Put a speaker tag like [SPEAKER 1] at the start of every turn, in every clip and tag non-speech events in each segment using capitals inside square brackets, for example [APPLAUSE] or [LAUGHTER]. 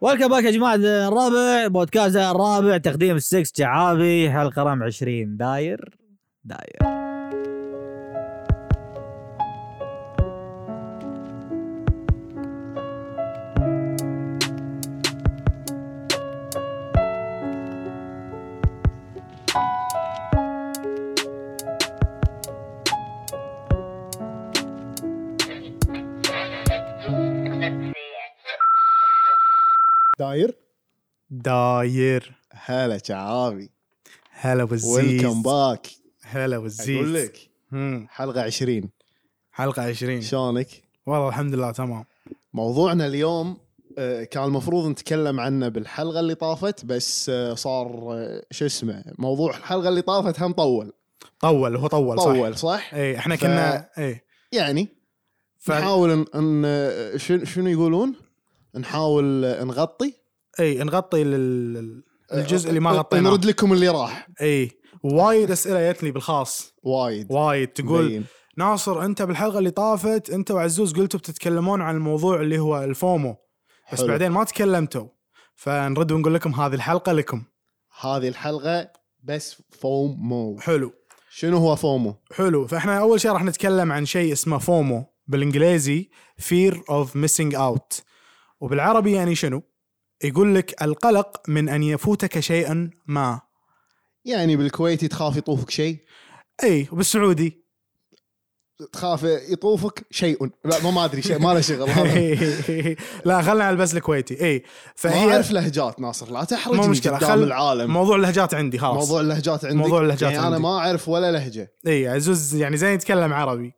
[SPEAKER 1] ويلكم باك يا جماعه الرابع بودكاست الرابع تقديم السكس شعابي حلقه رقم 20 داير داير
[SPEAKER 2] داير
[SPEAKER 3] داير
[SPEAKER 2] هلا شعابي
[SPEAKER 3] هلا بالزيز
[SPEAKER 2] ويلكم باك
[SPEAKER 3] هلا بالزيز
[SPEAKER 2] اقول لك
[SPEAKER 3] مم.
[SPEAKER 2] حلقه 20
[SPEAKER 3] حلقة 20
[SPEAKER 2] شلونك؟
[SPEAKER 3] والله الحمد لله تمام
[SPEAKER 2] موضوعنا اليوم آه، كان المفروض نتكلم عنه بالحلقه اللي طافت بس آه، صار آه، شو اسمه موضوع الحلقه اللي طافت هم طول
[SPEAKER 3] طول هو طول صح
[SPEAKER 2] طول صح؟
[SPEAKER 3] اي احنا
[SPEAKER 2] ف-
[SPEAKER 3] كنا إيه. اي
[SPEAKER 2] يعني
[SPEAKER 3] ف...
[SPEAKER 2] نحاول ان- ان آه، شن- شنو يقولون؟ نحاول آه، نغطي
[SPEAKER 3] اي نغطي لل... لل-
[SPEAKER 2] آه،
[SPEAKER 3] الجزء اللي ما
[SPEAKER 2] آه،
[SPEAKER 3] غطيناه.
[SPEAKER 2] نرد لكم اللي راح
[SPEAKER 3] اي وايد اسئله جتني بالخاص
[SPEAKER 2] وايد
[SPEAKER 3] وايد تقول
[SPEAKER 2] مبين.
[SPEAKER 3] ناصر انت بالحلقه اللي طافت انت وعزوز قلتوا بتتكلمون عن الموضوع اللي هو الفومو بس
[SPEAKER 2] حلو.
[SPEAKER 3] بعدين ما تكلمتوا فنرد ونقول لكم هذه الحلقه لكم
[SPEAKER 2] هذه الحلقه بس فومو
[SPEAKER 3] حلو
[SPEAKER 2] شنو هو فومو؟
[SPEAKER 3] حلو فاحنا اول شيء راح نتكلم عن شيء اسمه فومو بالانجليزي fear of missing out وبالعربي يعني شنو؟ يقول لك القلق من ان يفوتك شيء ما
[SPEAKER 2] يعني بالكويتي تخاف يطوفك شيء
[SPEAKER 3] اي وبالسعودي
[SPEAKER 2] تخاف يطوفك شيء لا ما ما ادري شيء ما له شغل
[SPEAKER 3] [LAUGHS]
[SPEAKER 2] هذا.
[SPEAKER 3] لا خلنا على البس الكويتي اي
[SPEAKER 2] ما
[SPEAKER 3] فهي
[SPEAKER 2] اعرف لهجات ناصر لا تحرجني
[SPEAKER 3] مو مشكلة،
[SPEAKER 2] قدام
[SPEAKER 3] خل-
[SPEAKER 2] العالم
[SPEAKER 3] موضوع اللهجات عندي خلاص
[SPEAKER 2] موضوع
[SPEAKER 3] موضوع
[SPEAKER 2] اللهجات عندي
[SPEAKER 3] موضوع اللهجات
[SPEAKER 2] يعني انا
[SPEAKER 3] عندي.
[SPEAKER 2] ما اعرف ولا لهجه
[SPEAKER 3] اي عزوز يعني زين يتكلم عربي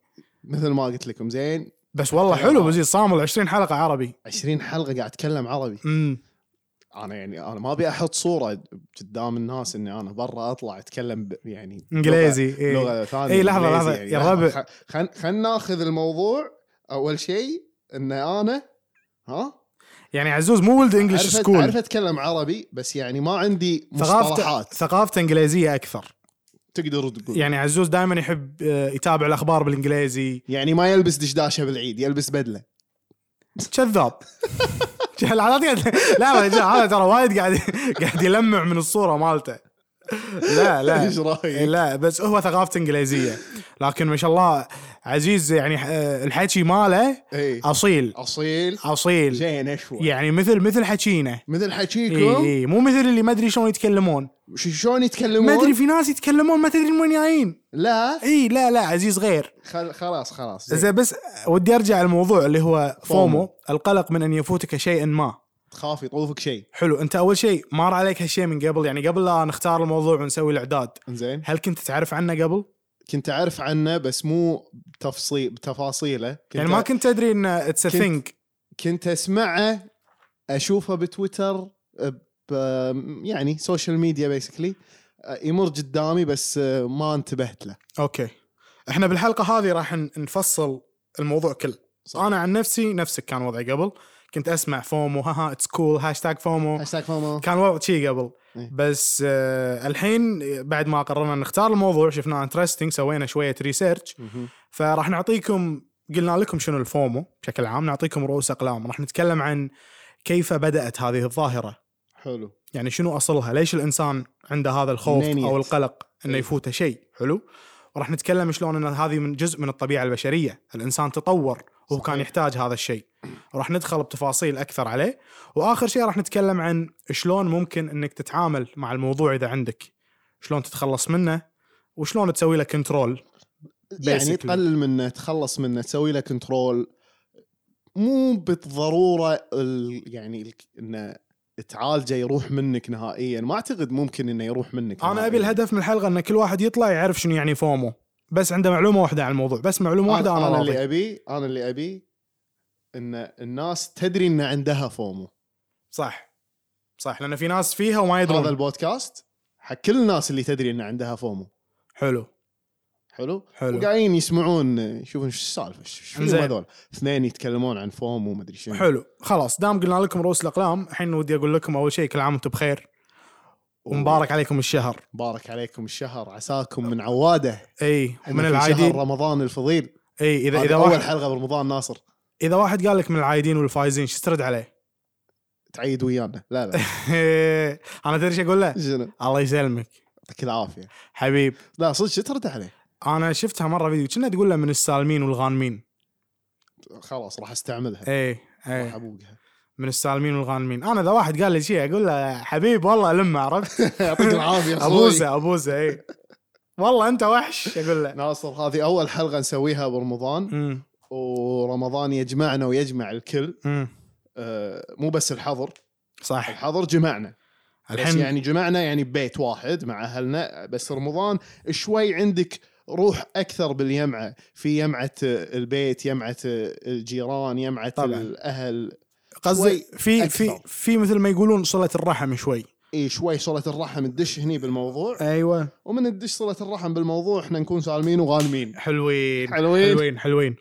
[SPEAKER 2] مثل ما قلت لكم زين
[SPEAKER 3] بس والله
[SPEAKER 2] إيه،
[SPEAKER 3] حلو بزيد صامل 20 حلقه عربي
[SPEAKER 2] 20 حلقه قاعد اتكلم عربي
[SPEAKER 3] امم
[SPEAKER 2] انا يعني انا ما ابي احط صوره قدام الناس اني انا برا اطلع اتكلم ب- يعني لغة-
[SPEAKER 3] انجليزي إيه.
[SPEAKER 2] لغه ثانيه
[SPEAKER 3] إيه، لحظة،
[SPEAKER 2] إنجليزي
[SPEAKER 3] لحظة،
[SPEAKER 2] يعني.
[SPEAKER 3] يا
[SPEAKER 2] لحظة،
[SPEAKER 3] ربع.
[SPEAKER 2] خ- خل خل ناخذ الموضوع اول شيء ان انا ها
[SPEAKER 3] يعني عزوز مو ولد انجلش
[SPEAKER 2] أعرف-
[SPEAKER 3] سكول
[SPEAKER 2] اعرف اتكلم عربي بس يعني ما عندي
[SPEAKER 3] ثقافته
[SPEAKER 2] مصطلحات
[SPEAKER 3] ثقافته انجليزيه اكثر
[SPEAKER 2] تقدر تقول يعني,
[SPEAKER 3] يعني عزوز دائما يحب آه، يتابع الاخبار بالانجليزي
[SPEAKER 2] يعني ما يلبس دشداشه بالعيد يلبس بدله [LAUGHS]
[SPEAKER 3] كذاب العادات قاعد لا يا جماعة، هذا ترى وايد قاعد قاعد يلمع من الصوره مالته [LAUGHS] لا لا
[SPEAKER 2] ايش رايك؟
[SPEAKER 3] إيه، لا بس هو ثقافته انجليزيه لكن ما شاء الله عزيز يعني آه، الحكي ماله
[SPEAKER 2] اي
[SPEAKER 3] اصيل
[SPEAKER 2] اصيل
[SPEAKER 3] اصيل
[SPEAKER 2] إيه. زين اشوى
[SPEAKER 3] يعني مثل مثل حكينا
[SPEAKER 2] مثل
[SPEAKER 3] اي
[SPEAKER 2] حكيكم
[SPEAKER 3] اي مو مثل اللي ما ادري شلون يتكلمون
[SPEAKER 2] ش- شلون يتكلمون
[SPEAKER 3] ما ادري في ناس يتكلمون ما تدري من وين جايين
[SPEAKER 2] لا
[SPEAKER 3] اي لا لا عزيز غير
[SPEAKER 2] خل... خلاص خلاص زين.
[SPEAKER 3] زين بس ودي ارجع الموضوع اللي هو
[SPEAKER 2] فومو.
[SPEAKER 3] فومو القلق من ان يفوتك شيء ما
[SPEAKER 2] تخاف يطوفك شيء
[SPEAKER 3] حلو انت اول شيء مر عليك هالشيء من قبل يعني قبل لا نختار الموضوع ونسوي الاعداد
[SPEAKER 2] زين
[SPEAKER 3] هل كنت تعرف عنه قبل
[SPEAKER 2] كنت اعرف عنه بس مو بتفصيل بتفاصيله كنت
[SPEAKER 3] يعني ما كنت تدري ان اتس ا
[SPEAKER 2] كنت-
[SPEAKER 3] ثينج
[SPEAKER 2] كنت اسمعه اشوفه بتويتر ب... يعني سوشيال ميديا بيسكلي يمر قدامي بس آه، ما انتبهت له
[SPEAKER 3] اوكي احنا بالحلقه هذه راح ن- نفصل الموضوع كله
[SPEAKER 2] صح.
[SPEAKER 3] انا عن نفسي نفسك كان وضعي قبل كنت اسمع فومو ها ها اتس كول هاشتاج
[SPEAKER 2] [LAUGHS]
[SPEAKER 3] فومو
[SPEAKER 2] هاشتاج فومو
[SPEAKER 3] كان وضع شي قبل
[SPEAKER 2] إيه.
[SPEAKER 3] بس آه الحين بعد ما قررنا نختار الموضوع شفناه انترستنج سوينا شويه ريسيرش
[SPEAKER 2] مهم.
[SPEAKER 3] فراح نعطيكم قلنا لكم شنو الفومو بشكل عام نعطيكم رؤوس اقلام راح نتكلم عن كيف بدات هذه الظاهره
[SPEAKER 2] حلو
[SPEAKER 3] يعني شنو اصلها ليش الانسان عنده هذا الخوف
[SPEAKER 2] منين
[SPEAKER 3] او
[SPEAKER 2] جت؟
[SPEAKER 3] القلق انه
[SPEAKER 2] إيه.
[SPEAKER 3] يفوته شيء حلو وراح نتكلم شلون ان هذه من جزء من الطبيعه البشريه الانسان تطور وهو كان
[SPEAKER 2] صحيح.
[SPEAKER 3] يحتاج هذا الشيء راح ندخل بتفاصيل اكثر عليه واخر شيء راح نتكلم عن شلون ممكن انك تتعامل مع الموضوع اذا عندك شلون تتخلص منه وشلون تسوي له كنترول
[SPEAKER 2] يعني
[SPEAKER 3] Basically.
[SPEAKER 2] تقلل منه تخلص منه تسوي له كنترول مو بالضروره ال... يعني ال... انه تعالجه يروح منك نهائيا ما اعتقد ممكن انه يروح منك
[SPEAKER 3] انا
[SPEAKER 2] نهائياً.
[SPEAKER 3] ابي الهدف من الحلقه ان كل واحد يطلع يعرف شنو يعني فومو بس عنده معلومه واحده عن الموضوع بس معلومه واحده انا,
[SPEAKER 2] انا
[SPEAKER 3] راضي
[SPEAKER 2] اللي ابي انا اللي ابي ان الناس تدري ان عندها فومو
[SPEAKER 3] صح صح لان في ناس فيها وما يدرون
[SPEAKER 2] هذا البودكاست حق كل الناس اللي تدري ان عندها فومو
[SPEAKER 3] حلو
[SPEAKER 2] حلو
[SPEAKER 3] حلو
[SPEAKER 2] وقاعدين يسمعون يشوفون شو السالفه شو شو
[SPEAKER 3] زين.
[SPEAKER 2] هذول اثنين يتكلمون عن فومو ومدري شنو
[SPEAKER 3] حلو خلاص دام قلنا لكم رؤوس الاقلام الحين ودي اقول لكم اول شيء كل عام وانتم بخير ومبارك عليكم الشهر
[SPEAKER 2] بارك عليكم الشهر عساكم من عواده
[SPEAKER 3] اي
[SPEAKER 2] إحنا
[SPEAKER 3] ومن
[SPEAKER 2] في شهر
[SPEAKER 3] العايدين
[SPEAKER 2] رمضان الفضيل
[SPEAKER 3] اي اذا
[SPEAKER 2] اذا
[SPEAKER 3] اذا
[SPEAKER 2] اول
[SPEAKER 3] واحد
[SPEAKER 2] حلقه برمضان ناصر
[SPEAKER 3] اذا واحد قال لك من العايدين والفايزين شو ترد عليه؟ [LAUGHS]
[SPEAKER 2] تعيد ويانا لا لا
[SPEAKER 3] انا تدري ايش اقول له؟
[SPEAKER 2] شنو
[SPEAKER 3] الله يسلمك
[SPEAKER 2] يعطيك العافيه
[SPEAKER 3] حبيب
[SPEAKER 2] لا صدق شو ترد عليه
[SPEAKER 3] انا شفتها مره فيديو كنا تقول له من السالمين والغانمين
[SPEAKER 2] خلاص راح استعملها
[SPEAKER 3] اي
[SPEAKER 2] راح
[SPEAKER 3] اي
[SPEAKER 2] ابوقها
[SPEAKER 3] من السالمين والغانمين انا اذا واحد قال لي شيء اقول له حبيب والله
[SPEAKER 2] [LAUGHS]
[SPEAKER 3] لما
[SPEAKER 2] [LAUGHS]
[SPEAKER 3] عرفت
[SPEAKER 2] يعطيك العافيه اخوي
[SPEAKER 3] ابوسه ابوسه اي والله انت وحش
[SPEAKER 2] [LAUGHS]
[SPEAKER 3] اقول له
[SPEAKER 2] ناصر هذه اول حلقه نسويها برمضان
[SPEAKER 3] أمم،
[SPEAKER 2] ورمضان يجمعنا ويجمع الكل
[SPEAKER 3] أمم.
[SPEAKER 2] آه، مو بس الحظر
[SPEAKER 3] صح
[SPEAKER 2] الحظر جمعنا بس
[SPEAKER 3] الحين
[SPEAKER 2] يعني جمعنا يعني ببيت واحد مع اهلنا بس رمضان شوي عندك روح اكثر باليمعه في يمعه البيت يمعه الجيران يمعه
[SPEAKER 3] طبعاً.
[SPEAKER 2] الاهل
[SPEAKER 3] قصدي
[SPEAKER 2] شوي
[SPEAKER 3] في في
[SPEAKER 2] أكثر.
[SPEAKER 3] في مثل ما يقولون صله الرحم شوي
[SPEAKER 2] اي شوي صله الرحم تدش هني بالموضوع
[SPEAKER 3] ايوه
[SPEAKER 2] ومن تدش صله الرحم بالموضوع احنا نكون سالمين وغانمين
[SPEAKER 3] حلوين
[SPEAKER 2] حلوين
[SPEAKER 3] حلوين حلوين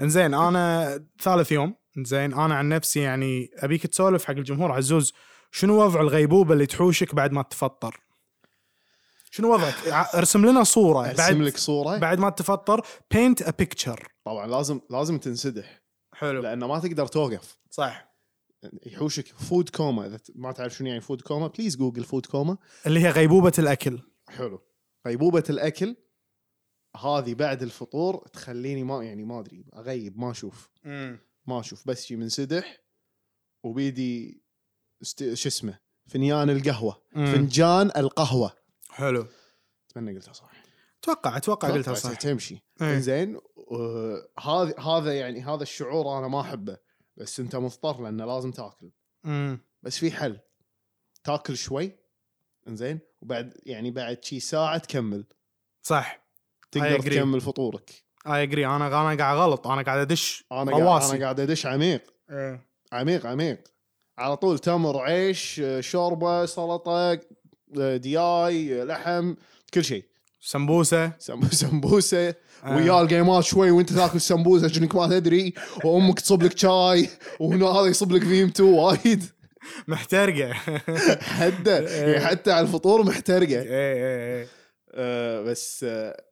[SPEAKER 3] انزين انا ثالث يوم انزين انا عن نفسي يعني ابيك تسولف حق الجمهور عزوز شنو وضع الغيبوبه اللي تحوشك بعد ما تفطر؟ شنو وضعك؟ ع- ارسم لنا صوره
[SPEAKER 2] ارسم
[SPEAKER 3] بعد
[SPEAKER 2] لك صوره
[SPEAKER 3] بعد ما تفطر بينت ا بيكتشر
[SPEAKER 2] طبعا لازم لازم تنسدح
[SPEAKER 3] حلو
[SPEAKER 2] لانه ما تقدر توقف يعني
[SPEAKER 3] صح
[SPEAKER 2] يحوشك فود كوما اذا ما تعرف شنو يعني فود كوما بليز جوجل فود كوما
[SPEAKER 3] اللي هي غيبوبه الاكل
[SPEAKER 2] حلو غيبوبه الاكل هذه بعد الفطور تخليني ما يعني ما ادري اغيب ما اشوف ما اشوف بس شي منسدح وبيدي است... شو اسمه فنيان القهوه
[SPEAKER 3] مم.
[SPEAKER 2] فنجان القهوه
[SPEAKER 3] حلو
[SPEAKER 2] اتمنى قلتها صح
[SPEAKER 3] اتوقع اتوقع قلتها
[SPEAKER 2] أتوقع
[SPEAKER 3] صح
[SPEAKER 2] تمشي
[SPEAKER 3] إيه.
[SPEAKER 2] زين آه، هذا هذا يعني هذا الشعور انا ما احبه بس انت مضطر لانه لازم تاكل
[SPEAKER 3] مم.
[SPEAKER 2] بس في حل تاكل شوي انزين وبعد يعني بعد شي ساعه تكمل
[SPEAKER 3] صح
[SPEAKER 2] تقدر
[SPEAKER 3] agree.
[SPEAKER 2] تكمل فطورك
[SPEAKER 3] اي اجري انا انا قاعد غلط انا قاعد ادش
[SPEAKER 2] انا قاعد
[SPEAKER 3] رواسي.
[SPEAKER 2] انا قاعد ادش عميق
[SPEAKER 3] إيه.
[SPEAKER 2] عميق عميق على طول تمر عيش آه، شوربه سلطه آه، دياي آه، لحم كل شيء
[SPEAKER 3] سمبوسه
[SPEAKER 2] سم- سمبوسه [LAUGHS]
[SPEAKER 3] آه.
[SPEAKER 2] ويا الجيمات شوي وانت تاكل سمبوسه كأنك ما تدري وامك تصب لك شاي وهنا هذا يصب لك فيمتو وايد
[SPEAKER 3] [LAUGHS] محترقه
[SPEAKER 2] حده يعني حتى على الفطور محترقه
[SPEAKER 3] إيه، إيه، إيه.
[SPEAKER 2] آه، بس آه،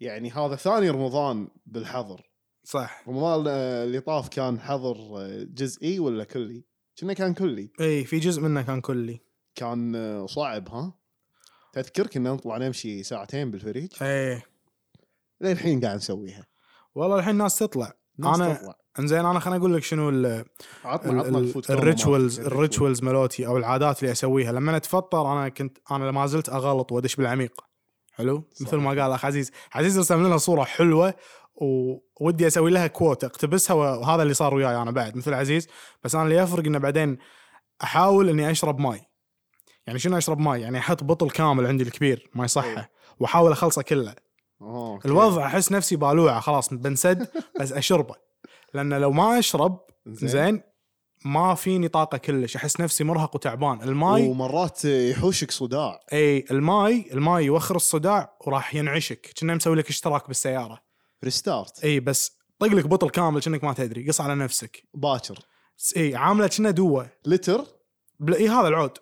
[SPEAKER 2] يعني هذا ثاني رمضان بالحظر
[SPEAKER 3] صح
[SPEAKER 2] رمضان آه، اللي طاف كان حظر آه، جزئي ولا كلي كنا كان كلي
[SPEAKER 3] اي إيه، في جزء منه كان كلي
[SPEAKER 2] كان آه، صعب ها تذكر كنا نطلع نمشي ساعتين بالفريج
[SPEAKER 3] ايه
[SPEAKER 2] للحين قاعد نسويها
[SPEAKER 3] والله الحين الناس تطلع
[SPEAKER 2] ناس
[SPEAKER 3] أنا-
[SPEAKER 2] تطلع.
[SPEAKER 3] انزين انا خليني اقول لك شنو ال-
[SPEAKER 2] عطنا عطنا
[SPEAKER 3] ال-
[SPEAKER 2] الفود
[SPEAKER 3] ال-
[SPEAKER 2] كوما
[SPEAKER 3] الريتشولز
[SPEAKER 2] مالتك، الريتشول.
[SPEAKER 3] الريتشولز مالوتي او العادات اللي اسويها لما أنا اتفطر انا كنت انا ما زلت اغلط وادش بالعميق حلو
[SPEAKER 2] صح.
[SPEAKER 3] مثل ما قال اخ عزيز عزيز رسم لنا صوره حلوه وودي اسوي لها كوت اقتبسها وهذا اللي صار وياي انا بعد مثل عزيز بس انا اللي يفرق انه بعدين احاول اني اشرب ماي يعني شنو اشرب ماي يعني احط بطل كامل عندي الكبير ماي صحه
[SPEAKER 2] أيوة.
[SPEAKER 3] واحاول اخلصه كله
[SPEAKER 2] آه، أوكي.
[SPEAKER 3] الوضع احس نفسي بالوعه خلاص بنسد بس اشربه لان لو ما اشرب زين ما فيني طاقه كلش احس نفسي مرهق وتعبان الماي
[SPEAKER 2] ومرات آه، يحوشك صداع
[SPEAKER 3] اي الماي الماي يوخر الصداع وراح ينعشك كنا مسوي لك اشتراك بالسياره
[SPEAKER 2] ريستارت
[SPEAKER 3] اي بس طق لك بطل كامل كأنك ما تدري قص على نفسك
[SPEAKER 2] باكر
[SPEAKER 3] س- اي عامله كنا دوه
[SPEAKER 2] لتر
[SPEAKER 3] بل- اي هذا العود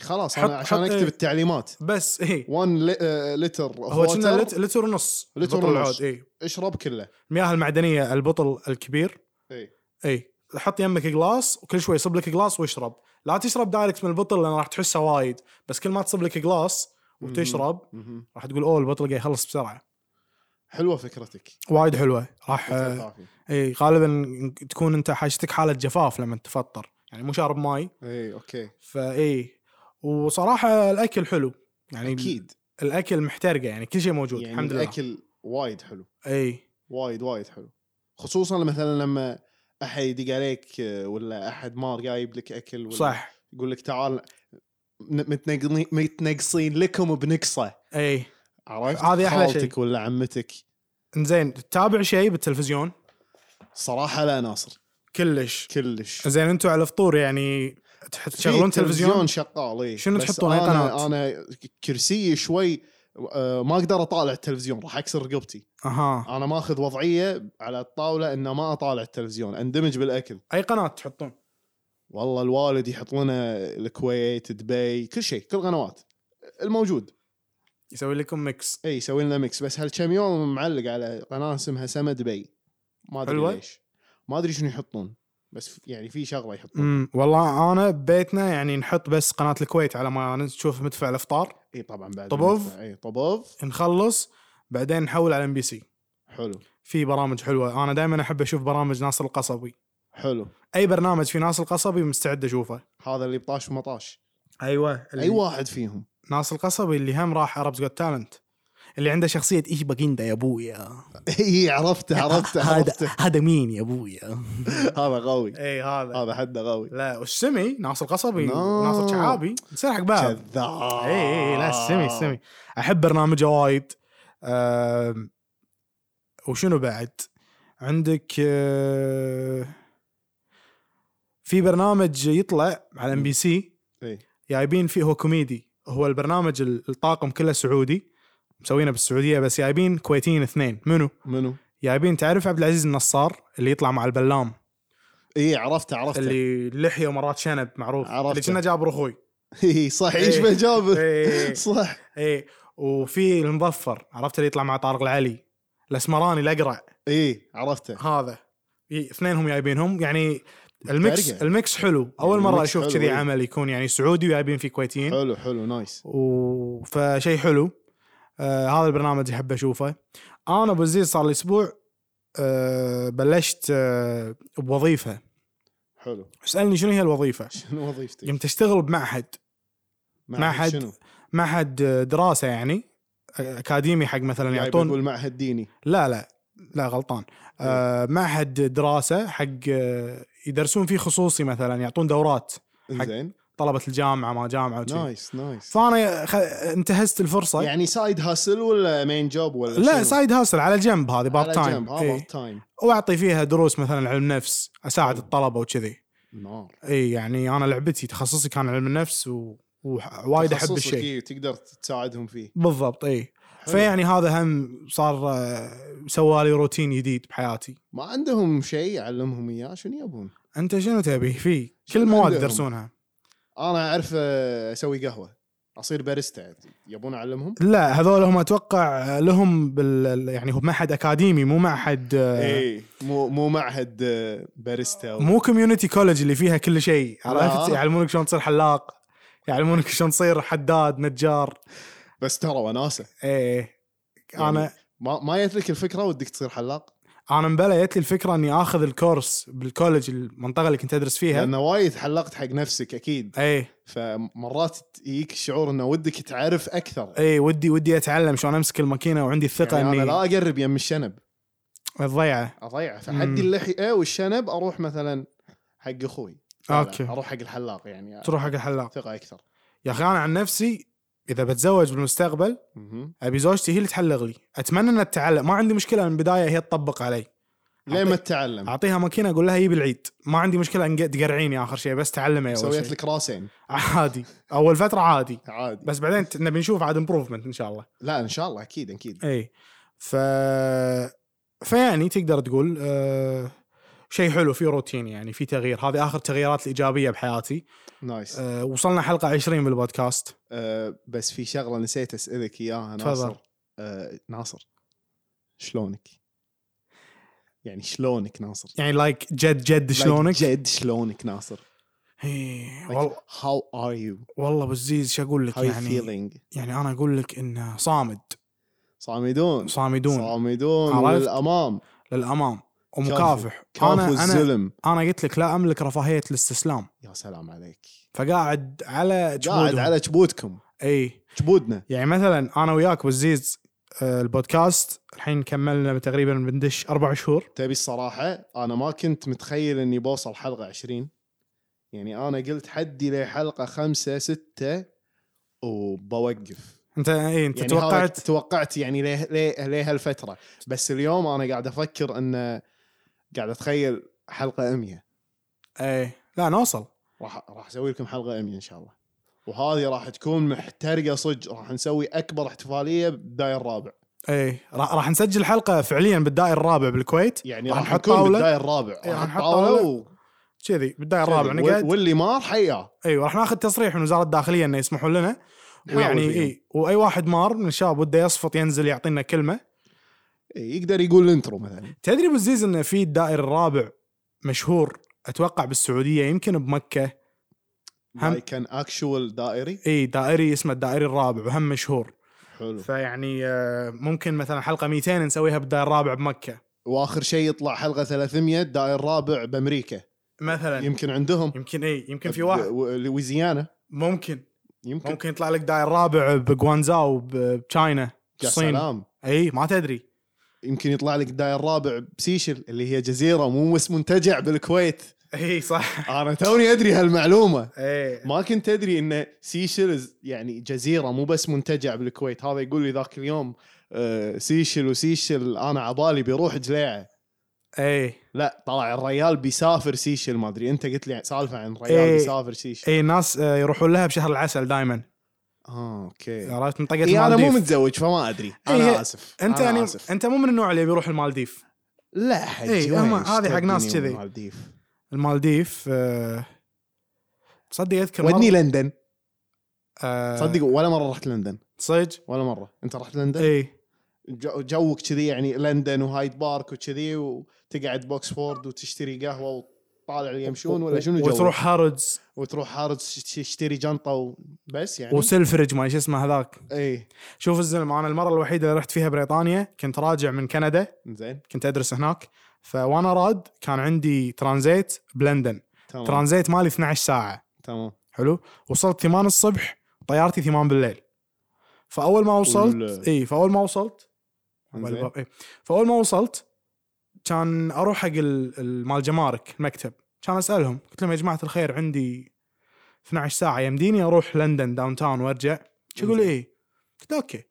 [SPEAKER 2] خلاص
[SPEAKER 3] حط-
[SPEAKER 2] انا عشان
[SPEAKER 3] حط-
[SPEAKER 2] اكتب
[SPEAKER 3] إيه.
[SPEAKER 2] التعليمات آه،
[SPEAKER 3] بس اي
[SPEAKER 2] 1 لتر
[SPEAKER 3] هو كنا لت- لتر ونص
[SPEAKER 2] لتر
[SPEAKER 3] بطل
[SPEAKER 2] ونص.
[SPEAKER 3] العود اي
[SPEAKER 2] اشرب كله
[SPEAKER 3] المياه المعدنيه البطل الكبير
[SPEAKER 2] اي
[SPEAKER 3] اي حط يمك جلاس وكل شوي يصب لك جلاس واشرب لا تشرب دايركت من البطل لان راح تحسه وايد بس كل ما تصب لك جلاس وتشرب
[SPEAKER 2] مهم.
[SPEAKER 3] راح تقول اوه البطل قاعد يخلص بسرعه
[SPEAKER 2] حلوه فكرتك
[SPEAKER 3] وايد حلوه راح
[SPEAKER 2] يعطيك
[SPEAKER 3] آه،
[SPEAKER 2] العافية.
[SPEAKER 3] اي غالبا تكون انت حاجتك حاله جفاف لما تفطر يعني مو شارب ماي
[SPEAKER 2] اي اوكي
[SPEAKER 3] فاي وصراحه الاكل حلو يعني
[SPEAKER 2] اكيد
[SPEAKER 3] الاكل محترقه يعني كل شيء موجود
[SPEAKER 2] يعني
[SPEAKER 3] الحمد لله إيه، الاكل
[SPEAKER 2] الاكل وايد حلو
[SPEAKER 3] اي
[SPEAKER 2] وايد وايد حلو خصوصا مثلا لما احد يدق عليك آه، ولا احد مار جايب لك اكل ولا
[SPEAKER 3] صح
[SPEAKER 2] يقول لك تعال ن- متنقني- متنقصين لكم بنقصه
[SPEAKER 3] اي
[SPEAKER 2] عرفت
[SPEAKER 3] هذه أحلى شيء.
[SPEAKER 2] خالتك ولا عمتك
[SPEAKER 3] زين تتابع شيء بالتلفزيون
[SPEAKER 2] صراحه لا ناصر
[SPEAKER 3] كلش
[SPEAKER 2] كلش
[SPEAKER 3] زين انتم على الفطور يعني تح- تشغلون
[SPEAKER 2] في
[SPEAKER 3] تلفزيون
[SPEAKER 2] شغال اي
[SPEAKER 3] شنو
[SPEAKER 2] بس
[SPEAKER 3] تحطون؟ أي
[SPEAKER 2] أنا-
[SPEAKER 3] قناة؟
[SPEAKER 2] انا كرسيي شوي آه، ما اقدر اطالع التلفزيون راح اكسر رقبتي
[SPEAKER 3] اها
[SPEAKER 2] انا ماخذ وضعيه على الطاوله ان ما اطالع التلفزيون اندمج بالاكل
[SPEAKER 3] اي قناه تحطون
[SPEAKER 2] والله الوالد يحط لنا الكويت دبي كل شيء كل قنوات الموجود
[SPEAKER 3] يسوي لكم ميكس
[SPEAKER 2] اي يسوي لنا ميكس بس هالكم يوم معلق على قناه اسمها سما دبي ما ادري
[SPEAKER 3] حلوة؟
[SPEAKER 2] ليش ما ادري شنو يحطون بس ف- يعني في شغله يحطون
[SPEAKER 3] امم والله انا ببيتنا يعني نحط بس قناه الكويت على ما نشوف مدفع الافطار
[SPEAKER 2] اي طبعا بعد
[SPEAKER 3] طبوف.
[SPEAKER 2] المدفع. اي طبوف
[SPEAKER 3] نخلص بعدين نحول على ام بي سي
[SPEAKER 2] حلو
[SPEAKER 3] في برامج حلوه انا دائما احب اشوف برامج ناصر القصبي
[SPEAKER 2] حلو
[SPEAKER 3] اي برنامج في ناصر القصبي مستعد اشوفه
[SPEAKER 2] هذا اللي بطاش ومطاش
[SPEAKER 3] ايوه
[SPEAKER 2] اي واحد فيهم [LAUGHS]
[SPEAKER 3] ناصر القصبي اللي هم راح عربز جوت تالنت اللي عنده شخصيه ايش بقيندا يا ابويا
[SPEAKER 2] اي عرفته عرفته
[SPEAKER 3] [LAUGHS] هذا
[SPEAKER 2] عرفته
[SPEAKER 3] هذا مين يا ابويا
[SPEAKER 2] هذا قوي
[SPEAKER 3] اي هذا
[SPEAKER 2] هذا حده قوي
[SPEAKER 3] لا والسمي ناصر القصبي
[SPEAKER 2] نو.
[SPEAKER 3] وناصر شعابي يصير حق بعض
[SPEAKER 2] كذاب
[SPEAKER 3] اي اي آه. إيه، لا السمي
[SPEAKER 2] آه.
[SPEAKER 3] السمي احب برنامجه وايد أم، وشنو بعد؟ عندك أه، في برنامج يطلع على ام بي سي
[SPEAKER 2] إي.
[SPEAKER 3] جايبين فيه هو كوميدي هو البرنامج ال- الطاقم كله سعودي مسوينه بالسعوديه بس جايبين كويتيين اثنين منو؟
[SPEAKER 2] منو؟
[SPEAKER 3] جايبين تعرف عبد العزيز النصار اللي يطلع مع البلام
[SPEAKER 2] اي عرفته عرفته اللي
[SPEAKER 3] اللي لحيه ومرات شنب معروف
[SPEAKER 2] عرفته.
[SPEAKER 3] اللي كنا جابر اخوي
[SPEAKER 2] اي إيه، صح يشبه جابر
[SPEAKER 3] إيه.
[SPEAKER 2] صح
[SPEAKER 3] ايه وفي المظفر عرفت اللي يطلع مع طارق العلي الاسمراني الاقرع
[SPEAKER 2] اي عرفته
[SPEAKER 3] هذا إيه، اثنينهم جايبينهم يعني الميكس
[SPEAKER 2] متفرقة.
[SPEAKER 3] الميكس حلو اول
[SPEAKER 2] يعني
[SPEAKER 3] مره
[SPEAKER 2] الميكس
[SPEAKER 3] اشوف
[SPEAKER 2] حلو،
[SPEAKER 3] كذي
[SPEAKER 2] إيه.
[SPEAKER 3] عمل يكون يعني سعودي وجايبين فيه كويتيين
[SPEAKER 2] حلو حلو نايس
[SPEAKER 3] و... فشيء حلو آه هذا البرنامج احب اشوفه انا ابو عزيز صار لي اسبوع آه بلشت آه بوظيفه
[SPEAKER 2] حلو [LAUGHS]
[SPEAKER 3] اسالني شنو هي الوظيفه
[SPEAKER 2] شنو وظيفتك؟
[SPEAKER 3] قمت اشتغل بمعهد معهد
[SPEAKER 2] شنو؟
[SPEAKER 3] معهد دراسه يعني اكاديمي حق مثلا
[SPEAKER 2] يعني
[SPEAKER 3] يعطون
[SPEAKER 2] يقول معهد ديني
[SPEAKER 3] لا لا لا غلطان
[SPEAKER 2] إيه.
[SPEAKER 3] آه معهد دراسه حق آه يدرسون فيه خصوصي مثلا يعطون دورات
[SPEAKER 2] زين
[SPEAKER 3] طلبه الجامعه ما جامعه وشي.
[SPEAKER 2] نايس نايس
[SPEAKER 3] فانا خ... انتهزت الفرصه يعني
[SPEAKER 2] يعني سايد هاسل ولا مين جوب ولا
[SPEAKER 3] لا
[SPEAKER 2] شنو؟
[SPEAKER 3] سايد هاسل على جنب هذه
[SPEAKER 2] على
[SPEAKER 3] بارت تايم
[SPEAKER 2] جنب، آه، ها
[SPEAKER 3] إيه.
[SPEAKER 2] بارت تايم
[SPEAKER 3] واعطي فيها دروس مثلا علم نفس اساعد الطلبه وكذي
[SPEAKER 2] نار
[SPEAKER 3] اي يعني انا لعبتي تخصصي كان علم النفس و... ووايد احب
[SPEAKER 2] تخصصك
[SPEAKER 3] الشيء
[SPEAKER 2] إيه، تقدر تساعدهم فيه
[SPEAKER 3] بالضبط اي فيعني هذا هم صار آه، سوالي روتين جديد بحياتي
[SPEAKER 2] ما عندهم شيء يعلمهم اياه شنو يبون؟
[SPEAKER 3] انت شنو تبي في كل
[SPEAKER 2] شنو
[SPEAKER 3] المواد
[SPEAKER 2] عندهم؟
[SPEAKER 3] يدرسونها
[SPEAKER 2] انا اعرف آه، اسوي قهوه اصير باريستا يبون اعلمهم؟
[SPEAKER 3] لا هذول هم اتوقع لهم بال يعني هو معهد اكاديمي مو معهد آه،
[SPEAKER 2] اي إيه، مو مو معهد آه، باريستا و-
[SPEAKER 3] مو كوميونتي كولج اللي فيها كل شيء عرفت
[SPEAKER 2] لا.
[SPEAKER 3] يعلمونك شلون تصير حلاق يعلمونك شلون تصير حداد نجار
[SPEAKER 2] بس ترى وناسه
[SPEAKER 3] ايه
[SPEAKER 2] يعني
[SPEAKER 3] انا
[SPEAKER 2] ما ما جت لك الفكره ودك تصير حلاق؟
[SPEAKER 3] انا مبلا جت لي الفكره اني اخذ الكورس بالكولج المنطقه اللي كنت ادرس فيها
[SPEAKER 2] لانه وايد حلقت حق نفسك اكيد
[SPEAKER 3] ايه
[SPEAKER 2] فمرات يجيك شعور انه ودك تعرف اكثر
[SPEAKER 3] ايه ودي ودي اتعلم شلون امسك الماكينه وعندي الثقه
[SPEAKER 2] يعني انا
[SPEAKER 3] اني
[SPEAKER 2] لا اقرب يم الشنب
[SPEAKER 3] الضيعه
[SPEAKER 2] اضيعه
[SPEAKER 3] إيه. مم.
[SPEAKER 2] فحدي اللحيه والشنب اروح مثلا حق اخوي لا، لا،
[SPEAKER 3] أوكي.
[SPEAKER 2] اروح حق الحلاق يعني
[SPEAKER 3] تروح حق الحلاق
[SPEAKER 2] ثقه اكثر
[SPEAKER 3] يا اخي انا عن نفسي اذا بتزوج بالمستقبل
[SPEAKER 2] مهم.
[SPEAKER 3] ابي زوجتي هي اللي تحلق لي اتمنى انها تتعلم ما عندي مشكله من البدايه هي تطبق علي
[SPEAKER 2] ليه ما تتعلم؟
[SPEAKER 3] اعطيها ماكينه اقول لها جيب العيد ما عندي مشكله ان تقرعيني اخر شيء بس تعلمي اول
[SPEAKER 2] سويت
[SPEAKER 3] شيء
[SPEAKER 2] لك راسين
[SPEAKER 3] [LAUGHS] عادي اول فتره عادي
[SPEAKER 2] عادي
[SPEAKER 3] بس بعدين ت- نبي نشوف عاد امبروفمنت ان شاء الله
[SPEAKER 2] لا ان شاء الله اكيد اكيد
[SPEAKER 3] اي ف فيعني تقدر تقول آه... شيء حلو في روتين يعني في تغيير هذه اخر التغييرات الايجابيه بحياتي
[SPEAKER 2] نايس
[SPEAKER 3] آه... وصلنا حلقه 20 بالبودكاست
[SPEAKER 2] أه بس في شغله نسيت اسالك اياها ناصر
[SPEAKER 3] تفضل
[SPEAKER 2] تفضل. أه ناصر شلونك؟ يعني شلونك ناصر؟
[SPEAKER 3] يعني لايك جد جد شلونك
[SPEAKER 2] Like جد شلونك ناصر؟
[SPEAKER 3] إيه،
[SPEAKER 2] Like,
[SPEAKER 3] والله
[SPEAKER 2] how are you?
[SPEAKER 3] والله ابو الزيز شو اقول لك
[SPEAKER 2] How you
[SPEAKER 3] يعني
[SPEAKER 2] feeling?
[SPEAKER 3] يعني انا اقول لك انه صامد
[SPEAKER 2] صامدون
[SPEAKER 3] صامدون
[SPEAKER 2] صامدون
[SPEAKER 3] عرفت؟
[SPEAKER 2] للامام
[SPEAKER 3] للامام
[SPEAKER 2] كفو-
[SPEAKER 3] ومكافح
[SPEAKER 2] كفو
[SPEAKER 3] انا انا
[SPEAKER 2] الزلم
[SPEAKER 3] انا قلت لك لا املك رفاهيه الاستسلام
[SPEAKER 2] يا سلام عليك
[SPEAKER 3] فقاعد على
[SPEAKER 2] قاعد
[SPEAKER 3] جهودهم.
[SPEAKER 2] على جبودكم
[SPEAKER 3] اي
[SPEAKER 2] جبودنا
[SPEAKER 3] يعني مثلا انا وياك والزيز آه، البودكاست الحين كملنا تقريبا بندش اربع شهور
[SPEAKER 2] تبي الصراحه انا ما كنت متخيل اني بوصل حلقه 20 يعني انا قلت حدي لحلقه خمسة ستة وبوقف
[SPEAKER 3] انت اي
[SPEAKER 2] يعني
[SPEAKER 3] انت يعني
[SPEAKER 2] هذا
[SPEAKER 3] توقعت
[SPEAKER 2] توقعت يعني ليه ليه ليه هالفتره بس اليوم انا قاعد افكر انه قاعد اتخيل حلقه 100
[SPEAKER 3] اي لا نوصل
[SPEAKER 2] راح راح اسوي لكم حلقه 100 ان شاء الله وهذه راح تكون محترقه صج راح نسوي اكبر احتفاليه بالداير الرابع
[SPEAKER 3] اي راح راح نسجل حلقه فعليا بالداعي الرابع بالكويت
[SPEAKER 2] يعني
[SPEAKER 3] راح
[SPEAKER 2] راح
[SPEAKER 3] نحط
[SPEAKER 2] نحط طاوله
[SPEAKER 3] طاولة.
[SPEAKER 2] بالداير الرابع
[SPEAKER 3] إيه، راح نحط طاولة.
[SPEAKER 2] طاوله
[SPEAKER 3] كذي بالداعي الرابع
[SPEAKER 2] الرابع
[SPEAKER 3] نقعد
[SPEAKER 2] واللي ما راح اياه
[SPEAKER 3] ايوه راح ناخذ تصريح من وزاره الداخليه انه يسمحوا لنا
[SPEAKER 2] نحاول
[SPEAKER 3] ويعني
[SPEAKER 2] فيهم.
[SPEAKER 3] اي واي يعني إيه، واحد مار من الشباب وده يصفط ينزل يعطينا كلمه
[SPEAKER 2] إيه، يقدر يقول الانترو مثلا
[SPEAKER 3] تدري ابو الزيز انه في الدائر الرابع مشهور اتوقع بالسعوديه يمكن بمكه هم-
[SPEAKER 2] هم كان اكشوال دائري
[SPEAKER 3] اي دائري اسمه الدائري الرابع وهم مشهور
[SPEAKER 2] حلو
[SPEAKER 3] فيعني آه، ممكن مثلا حلقه 200 نسويها بالدائري الرابع بمكه
[SPEAKER 2] واخر شيء يطلع حلقه 300 دائر رابع بامريكا
[SPEAKER 3] مثلا
[SPEAKER 2] يمكن عندهم
[SPEAKER 3] يمكن اي يمكن في واحد
[SPEAKER 2] و- لويزيانا
[SPEAKER 3] ممكن
[SPEAKER 2] يمكن
[SPEAKER 3] ممكن يطلع لك دائري الرابع بجوانزاو ب- بتشاينا
[SPEAKER 2] يا
[SPEAKER 3] الصين
[SPEAKER 2] سلام
[SPEAKER 3] اي ما تدري
[SPEAKER 2] يمكن يطلع لك داير رابع بسيشل اللي هي جزيره مو بس منتجع
[SPEAKER 3] [LAUGHS]
[SPEAKER 2] بالكويت
[SPEAKER 3] اي صح
[SPEAKER 2] انا توني ادري هالمعلومه
[SPEAKER 3] اي
[SPEAKER 2] ما كنت ادري ان سيشل is- يعني جزيره مو بس منتجع بالكويت هذا يقول لي ذاك اليوم آه، سيشل وسيشل انا عبالي بيروح جليعه
[SPEAKER 3] اي
[SPEAKER 2] لا طلع الريال بيسافر سيشل ما ادري انت قلت لي سالفه عن الريال
[SPEAKER 3] إيه.
[SPEAKER 2] بيسافر سيشل
[SPEAKER 3] اي ناس آه، يروحون لها بشهر العسل دائما
[SPEAKER 2] اه اوكي
[SPEAKER 3] عرفت منطقه
[SPEAKER 2] إيه انا مو
[SPEAKER 3] المالديف.
[SPEAKER 2] متزوج فما ادري
[SPEAKER 3] إيه،
[SPEAKER 2] انا اسف
[SPEAKER 3] انت
[SPEAKER 2] أنا
[SPEAKER 3] يعني
[SPEAKER 2] آسف.
[SPEAKER 3] انت مو من النوع اللي بيروح المالديف
[SPEAKER 2] لا حجي
[SPEAKER 3] إيه،
[SPEAKER 2] وين؟
[SPEAKER 3] هم-
[SPEAKER 2] إيش
[SPEAKER 3] هذه حق ناس
[SPEAKER 2] توديني
[SPEAKER 3] كذي.
[SPEAKER 2] المالديف؟
[SPEAKER 3] المالديف آه، تصدق اذكر مرة-
[SPEAKER 2] ودني لندن
[SPEAKER 3] آه،
[SPEAKER 2] صدق ولا مره رحت لندن
[SPEAKER 3] صدق إيه.
[SPEAKER 2] ولا مره انت رحت لندن
[SPEAKER 3] اي
[SPEAKER 2] جو- جوك كذي يعني لندن وهايد بارك وكذي وتقعد بوكس فورد وتشتري قهوه وطالع اللي يمشون ولا شنو جوك
[SPEAKER 3] وتروح هاردز
[SPEAKER 2] وتروح هارد تشتري جنطه وبس يعني إيه،
[SPEAKER 3] وسلفرج ما شو اسمه هذاك
[SPEAKER 2] اي
[SPEAKER 3] شوف الزلمه انا المره الوحيده اللي رحت فيها بريطانيا كنت راجع من كندا
[SPEAKER 2] زين
[SPEAKER 3] كنت ادرس هناك فوانا راد كان عندي ترانزيت بلندن
[SPEAKER 2] تمام
[SPEAKER 3] ترانزيت مالي 12 ساعه
[SPEAKER 2] تمام
[SPEAKER 3] حلو وصلت 8 الصبح طيارتي 8 بالليل فاول ما وصلت
[SPEAKER 2] وال-
[SPEAKER 3] اي فاول ما وصلت
[SPEAKER 2] زين.
[SPEAKER 3] إيه. فاول ما وصلت كان اروح حق ال- ال- مال جمارك المكتب كان اسالهم قلت لهم يا جماعه الخير عندي 12 ساعه يمديني اروح لندن داون تاون وارجع يقول لي
[SPEAKER 2] إنزين.
[SPEAKER 3] ايه قلت له اوكي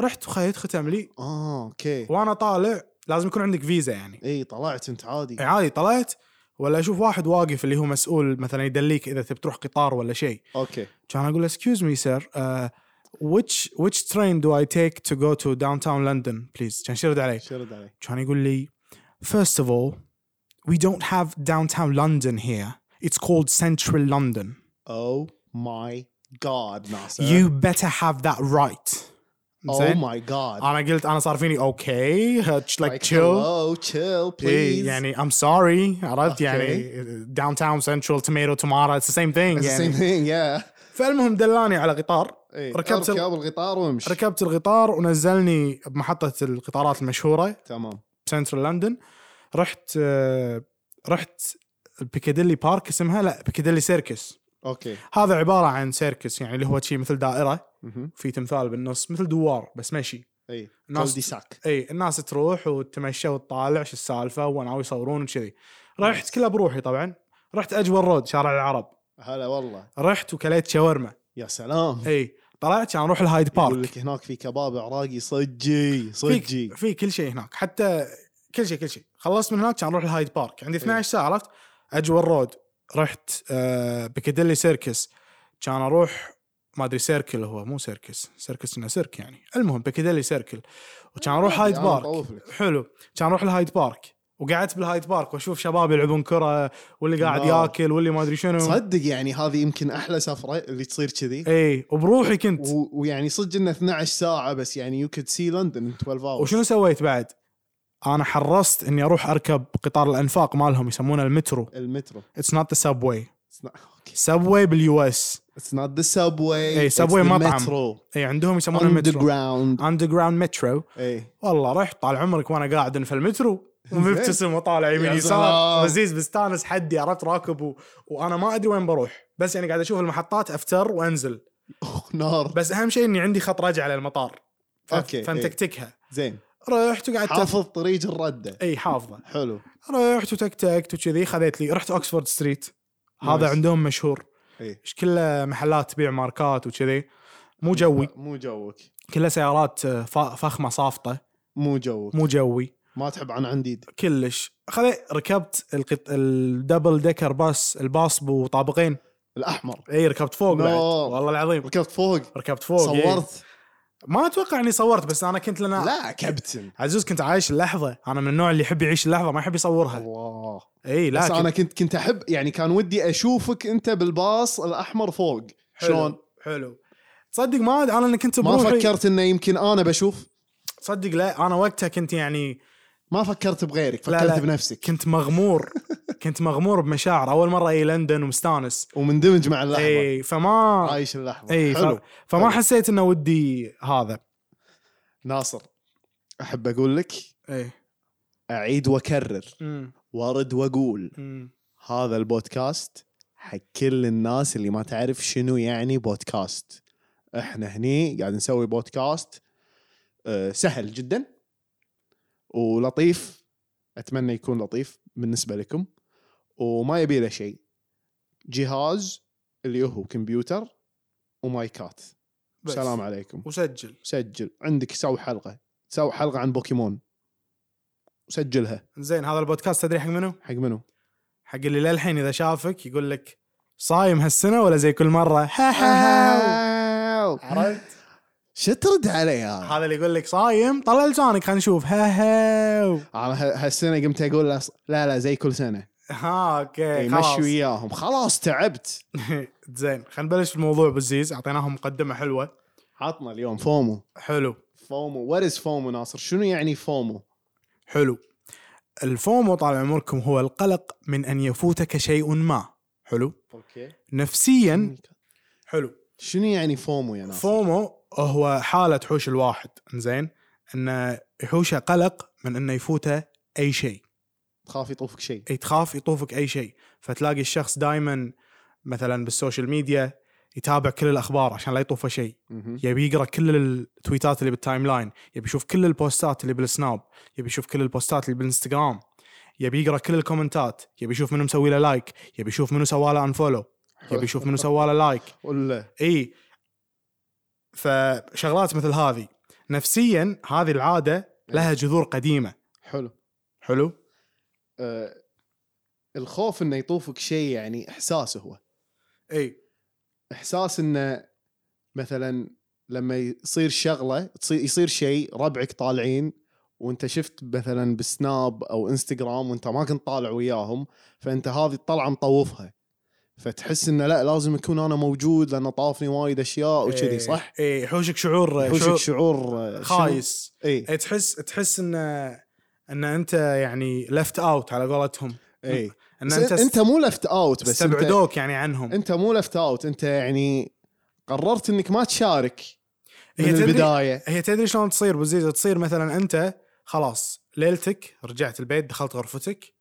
[SPEAKER 3] رحت وخيت ختم لي
[SPEAKER 2] اه اوكي
[SPEAKER 3] وانا طالع لازم يكون عندك فيزا يعني إيه،
[SPEAKER 2] اي طلعت انت عادي
[SPEAKER 3] عادي طلعت ولا اشوف واحد واقف اللي هو مسؤول مثلا يدليك اذا تبي تروح قطار ولا شيء
[SPEAKER 2] اوكي
[SPEAKER 3] كان اقول اكسكيوز مي سير آه، which which train do I take to go to downtown London please كان يرد علي
[SPEAKER 2] شرد علي
[SPEAKER 3] كان يقول لي first of all we don't have downtown London here it's called central London
[SPEAKER 2] او ماي جاد Oh ناصر Oh
[SPEAKER 3] you better have that right
[SPEAKER 2] او
[SPEAKER 3] زين؟
[SPEAKER 2] ماي جاد
[SPEAKER 3] انا قلت انا صار فيني اوكي لايك تشيل
[SPEAKER 2] hello chill
[SPEAKER 3] إيه،
[SPEAKER 2] please
[SPEAKER 3] يعني I'm sorry عرفت
[SPEAKER 2] Okay.
[SPEAKER 3] يعني downtown central tomato tomato it's the same thing
[SPEAKER 2] It's the same
[SPEAKER 3] يعني
[SPEAKER 2] thing yeah
[SPEAKER 3] [LAUGHS] فالمهم دلاني على قطار
[SPEAKER 2] إيه،
[SPEAKER 3] ركبت ال-
[SPEAKER 2] اركب القطار وامشي
[SPEAKER 3] ركبت القطار ونزلني بمحطة القطارات المشهورة
[SPEAKER 2] تمام
[SPEAKER 3] بسنترال لندن رحت آه، رحت بيكاديلي بارك اسمها لا بيكاديلي سيركس
[SPEAKER 2] اوكي
[SPEAKER 3] هذا عبارة عن سيركس يعني اللي هو شيء مثل دائرة
[SPEAKER 2] مهم.
[SPEAKER 3] في تمثال بالنص مثل دوار بس مشي
[SPEAKER 2] اي
[SPEAKER 3] ناس-
[SPEAKER 2] كولدي ساك
[SPEAKER 3] اي الناس تروح وتمشى وتطالع شو السالفة وناوي يصورون وكذي رحت كله بروحي طبعا رحت اجول رود شارع العرب
[SPEAKER 2] هلا والله
[SPEAKER 3] رحت وكليت شاورما
[SPEAKER 2] يا سلام
[SPEAKER 3] اي طلعت كان اروح الهايد
[SPEAKER 2] يقول
[SPEAKER 3] بارك
[SPEAKER 2] لك هناك في كباب عراقي صجي صجي
[SPEAKER 3] في في كل شيء هناك حتى كل شيء كل شيء خلصت من هناك كان اروح الهايد بارك عندي 12 ساعه عرفت اجوى الرود رحت آه بيكاديلي سيركس كان اروح ما ادري سيركل هو مو سيركس سيركس انه سيرك يعني المهم بيكاديلي سيركل وكان اروح هايد
[SPEAKER 2] أنا
[SPEAKER 3] بارك
[SPEAKER 2] مطوف لك.
[SPEAKER 3] حلو كان اروح الهايد بارك وقعدت بالهايد بارك واشوف شباب يلعبون كره واللي قاعد
[SPEAKER 2] واو.
[SPEAKER 3] ياكل واللي ما ادري شنو
[SPEAKER 2] تصدق يعني هذه يمكن احلى سفره اللي تصير كذي
[SPEAKER 3] اي وبروحي كنت
[SPEAKER 2] و- ويعني صدق انه 12 ساعه بس يعني يو كود سي لندن 12 اور
[SPEAKER 3] وشنو سويت بعد؟ انا حرصت اني اروح اركب قطار الانفاق مالهم يسمونه المترو
[SPEAKER 2] المترو
[SPEAKER 3] اتس نوت ذا سبواي Oh,
[SPEAKER 2] اتس
[SPEAKER 3] سبواي باليو اس
[SPEAKER 2] نوت ذا سبواي
[SPEAKER 3] إي، subway مطعم. اي عندهم يسمونه المترو
[SPEAKER 2] جراوند
[SPEAKER 3] اندر جراوند مترو
[SPEAKER 2] اي
[SPEAKER 3] والله رحت طال عمرك وانا قاعد في
[SPEAKER 2] [LAUGHS]
[SPEAKER 3] المترو ومبتسم وطالع
[SPEAKER 2] يا
[SPEAKER 3] يمين
[SPEAKER 2] سلام.
[SPEAKER 3] يسار لذيذ مستانس حدي عرفت راكب و... وانا ما ادري وين بروح بس يعني قاعد اشوف المحطات افتر وانزل
[SPEAKER 2] أوه، [LAUGHS] نار
[SPEAKER 3] بس اهم شيء اني عندي خط رجعه للمطار ف...
[SPEAKER 2] أوكي،
[SPEAKER 3] فمتكتكها
[SPEAKER 2] زين
[SPEAKER 3] رحت وقعدت
[SPEAKER 2] حافظ طريق الرده
[SPEAKER 3] اي حافظه
[SPEAKER 2] حلو
[SPEAKER 3] رحت وتكتكت وكذي خذيت لي رحت اوكسفورد ستريت هذا
[SPEAKER 2] Nice.
[SPEAKER 3] عندهم مشهور
[SPEAKER 2] إي.
[SPEAKER 3] ايش كله محلات تبيع ماركات وكذي مو جوي
[SPEAKER 2] مو جوك
[SPEAKER 3] كلها سيارات آه، فا- فخمه صافطه
[SPEAKER 2] مو جوك
[SPEAKER 3] مو جوي
[SPEAKER 2] ما تحب عن عندي
[SPEAKER 3] كلش خلي ركبت القط... الدبل دكر باص الباص بو طابقين
[SPEAKER 2] الاحمر
[SPEAKER 3] اي ركبت فوق
[SPEAKER 2] No.
[SPEAKER 3] بعد والله العظيم
[SPEAKER 2] ركبت فوق
[SPEAKER 3] ركبت فوق إيه. آه. إي.
[SPEAKER 2] صورت
[SPEAKER 3] ما اتوقع اني صورت بس انا كنت لنا
[SPEAKER 2] لا كابتن
[SPEAKER 3] عزوز كنت عايش اللحظه انا من النوع اللي يحب يعيش اللحظه ما يحب يصورها
[SPEAKER 2] الله
[SPEAKER 3] اي لا
[SPEAKER 2] بس
[SPEAKER 3] كنت-
[SPEAKER 2] انا كنت كنت احب يعني كان ودي اشوفك انت بالباص الاحمر فوق
[SPEAKER 3] حلو، طيب،
[SPEAKER 2] شلون
[SPEAKER 3] حلو تصدق ما أد- انا اللي كنت
[SPEAKER 2] ما
[SPEAKER 3] بروحي
[SPEAKER 2] فكرت انه يمكن انا بشوف
[SPEAKER 3] تصدق لا انا وقتها كنت يعني
[SPEAKER 2] ما فكرت بغيرك
[SPEAKER 3] لا،
[SPEAKER 2] فكرت
[SPEAKER 3] لا.
[SPEAKER 2] بنفسك [LAUGHS]
[SPEAKER 3] كنت مغمور كنت مغمور بمشاعر اول مره اي لندن ومستانس
[SPEAKER 2] ومندمج مع اللحظه
[SPEAKER 3] اي فما
[SPEAKER 2] عايش اللحظه
[SPEAKER 3] اي ف...
[SPEAKER 2] حلو حلو.
[SPEAKER 3] فما حسيت انه ودي هذا
[SPEAKER 2] ناصر احب اقول لك
[SPEAKER 3] اي
[SPEAKER 2] اعيد واكرر وارد واقول هذا البودكاست حق كل الناس اللي ما تعرف شنو يعني بودكاست احنا هني قاعد نسوي بودكاست آه، سهل جدا ولطيف اتمنى يكون لطيف بالنسبه لكم وما يبي له شيء جهاز اللي هو كمبيوتر ومايكات
[SPEAKER 3] بس.
[SPEAKER 2] سلام عليكم
[SPEAKER 3] وسجل
[SPEAKER 2] سجل عندك سوي حلقه سوي حلقه عن بوكيمون وسجلها
[SPEAKER 3] زين هذا البودكاست تدري حق منو؟
[SPEAKER 2] حق منو
[SPEAKER 3] حق اللي للحين اذا شافك يقول لك صايم هالسنه ولا زي كل مره ها ها ها
[SPEAKER 2] [LAUGHS]
[SPEAKER 3] عرفت؟
[SPEAKER 2] شو ترد علي هذا؟
[SPEAKER 3] هذا اللي يقول لك صايم طلع لسانك خلينا نشوف ها ها [LAUGHS]
[SPEAKER 2] انا ه- هالسنه قمت اقول له، لا لا زي كل سنه
[SPEAKER 3] ها اوكي آه، إيه، خلاص
[SPEAKER 2] يمشي وياهم خلاص تعبت
[SPEAKER 3] [LAUGHS] زين خلينا نبلش الموضوع بالزيز اعطيناهم مقدمه حلوه
[SPEAKER 2] عطنا اليوم فومو
[SPEAKER 3] حلو
[SPEAKER 2] فومو وات فومو ناصر شنو يعني فومو؟
[SPEAKER 3] حلو الفومو طال عمركم هو القلق من ان يفوتك شيء ما حلو
[SPEAKER 2] اوكي
[SPEAKER 3] نفسيا حلو
[SPEAKER 2] شنو يعني فومو يا ناصر؟
[SPEAKER 3] نعم. فومو هو حاله حوش الواحد زين انه يحوشه قلق من انه يفوته اي شيء
[SPEAKER 2] تخاف يطوفك شيء
[SPEAKER 3] اي تخاف يطوفك اي شيء فتلاقي الشخص دائما مثلا بالسوشيال ميديا يتابع كل الاخبار عشان لا يطوفه شيء
[SPEAKER 2] مهم.
[SPEAKER 3] يبي يقرا كل التويتات اللي بالتايم لاين يبي يشوف كل البوستات اللي بالسناب يبي يشوف كل البوستات اللي بالانستغرام يبي يقرا كل الكومنتات يبي يشوف منو مسوي له لايك يبي يشوف منو سوى له انفولو يبي يشوف منو سوى له لايك
[SPEAKER 2] ولا
[SPEAKER 3] اي فشغلات مثل هذه نفسيا هذه العاده لها جذور قديمه
[SPEAKER 2] نعم. حلو
[SPEAKER 3] حلو
[SPEAKER 2] آه الخوف انه يطوفك شيء يعني احساسه هو
[SPEAKER 3] اي
[SPEAKER 2] احساس انه مثلا لما يصير شغله تصير يصير شيء ربعك طالعين وانت شفت مثلا بسناب او انستغرام وانت ما كنت طالع وياهم فانت هذه الطلعه مطوفها فتحس انه لا لازم اكون انا موجود لانه طافني وايد اشياء
[SPEAKER 3] إيه.
[SPEAKER 2] وكذي صح؟
[SPEAKER 3] اي يحوشك شعور
[SPEAKER 2] يحوشك
[SPEAKER 3] شعور
[SPEAKER 2] شعور آه، شنو؟
[SPEAKER 3] طيب، خايس إيه،
[SPEAKER 2] اي
[SPEAKER 3] إي، تحس تحس ان ان انت يعني لفت اوت على قولتهم
[SPEAKER 2] اي
[SPEAKER 3] ان
[SPEAKER 2] إيه. بس
[SPEAKER 3] انت
[SPEAKER 2] انت مو لفت اوت بس انت,
[SPEAKER 3] استبعدوك يعني عنهم
[SPEAKER 2] انت مو لفت اوت انت يعني قررت انك ما تشارك
[SPEAKER 3] هي
[SPEAKER 2] من
[SPEAKER 3] تدري-
[SPEAKER 2] البدايه
[SPEAKER 3] هي تدري شلون تصير أبو زيزة تصير مثلا انت خلاص ليلتك رجعت البيت دخلت غرفتك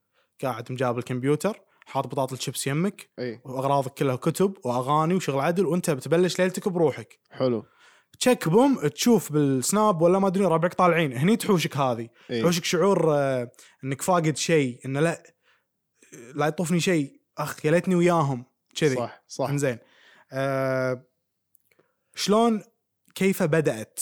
[SPEAKER 3] قاعد مجاب الكمبيوتر حاط بطاطا الشيبس يمك
[SPEAKER 2] اي
[SPEAKER 3] واغراضك كلها كتب واغاني وشغل عدل وانت بتبلش ليلتك بروحك
[SPEAKER 2] حلو
[SPEAKER 3] تشيك بوم تشوف بالسناب ولا ما ادري ربعك طالعين هني تحوشك هذه
[SPEAKER 2] اي
[SPEAKER 3] يحوشك شعور آه، انك فاقد شيء انه لا لا يطوفني شيء اخ يا ليتني وياهم كذي
[SPEAKER 2] صح صح
[SPEAKER 3] انزين آه شلون كيف بدات؟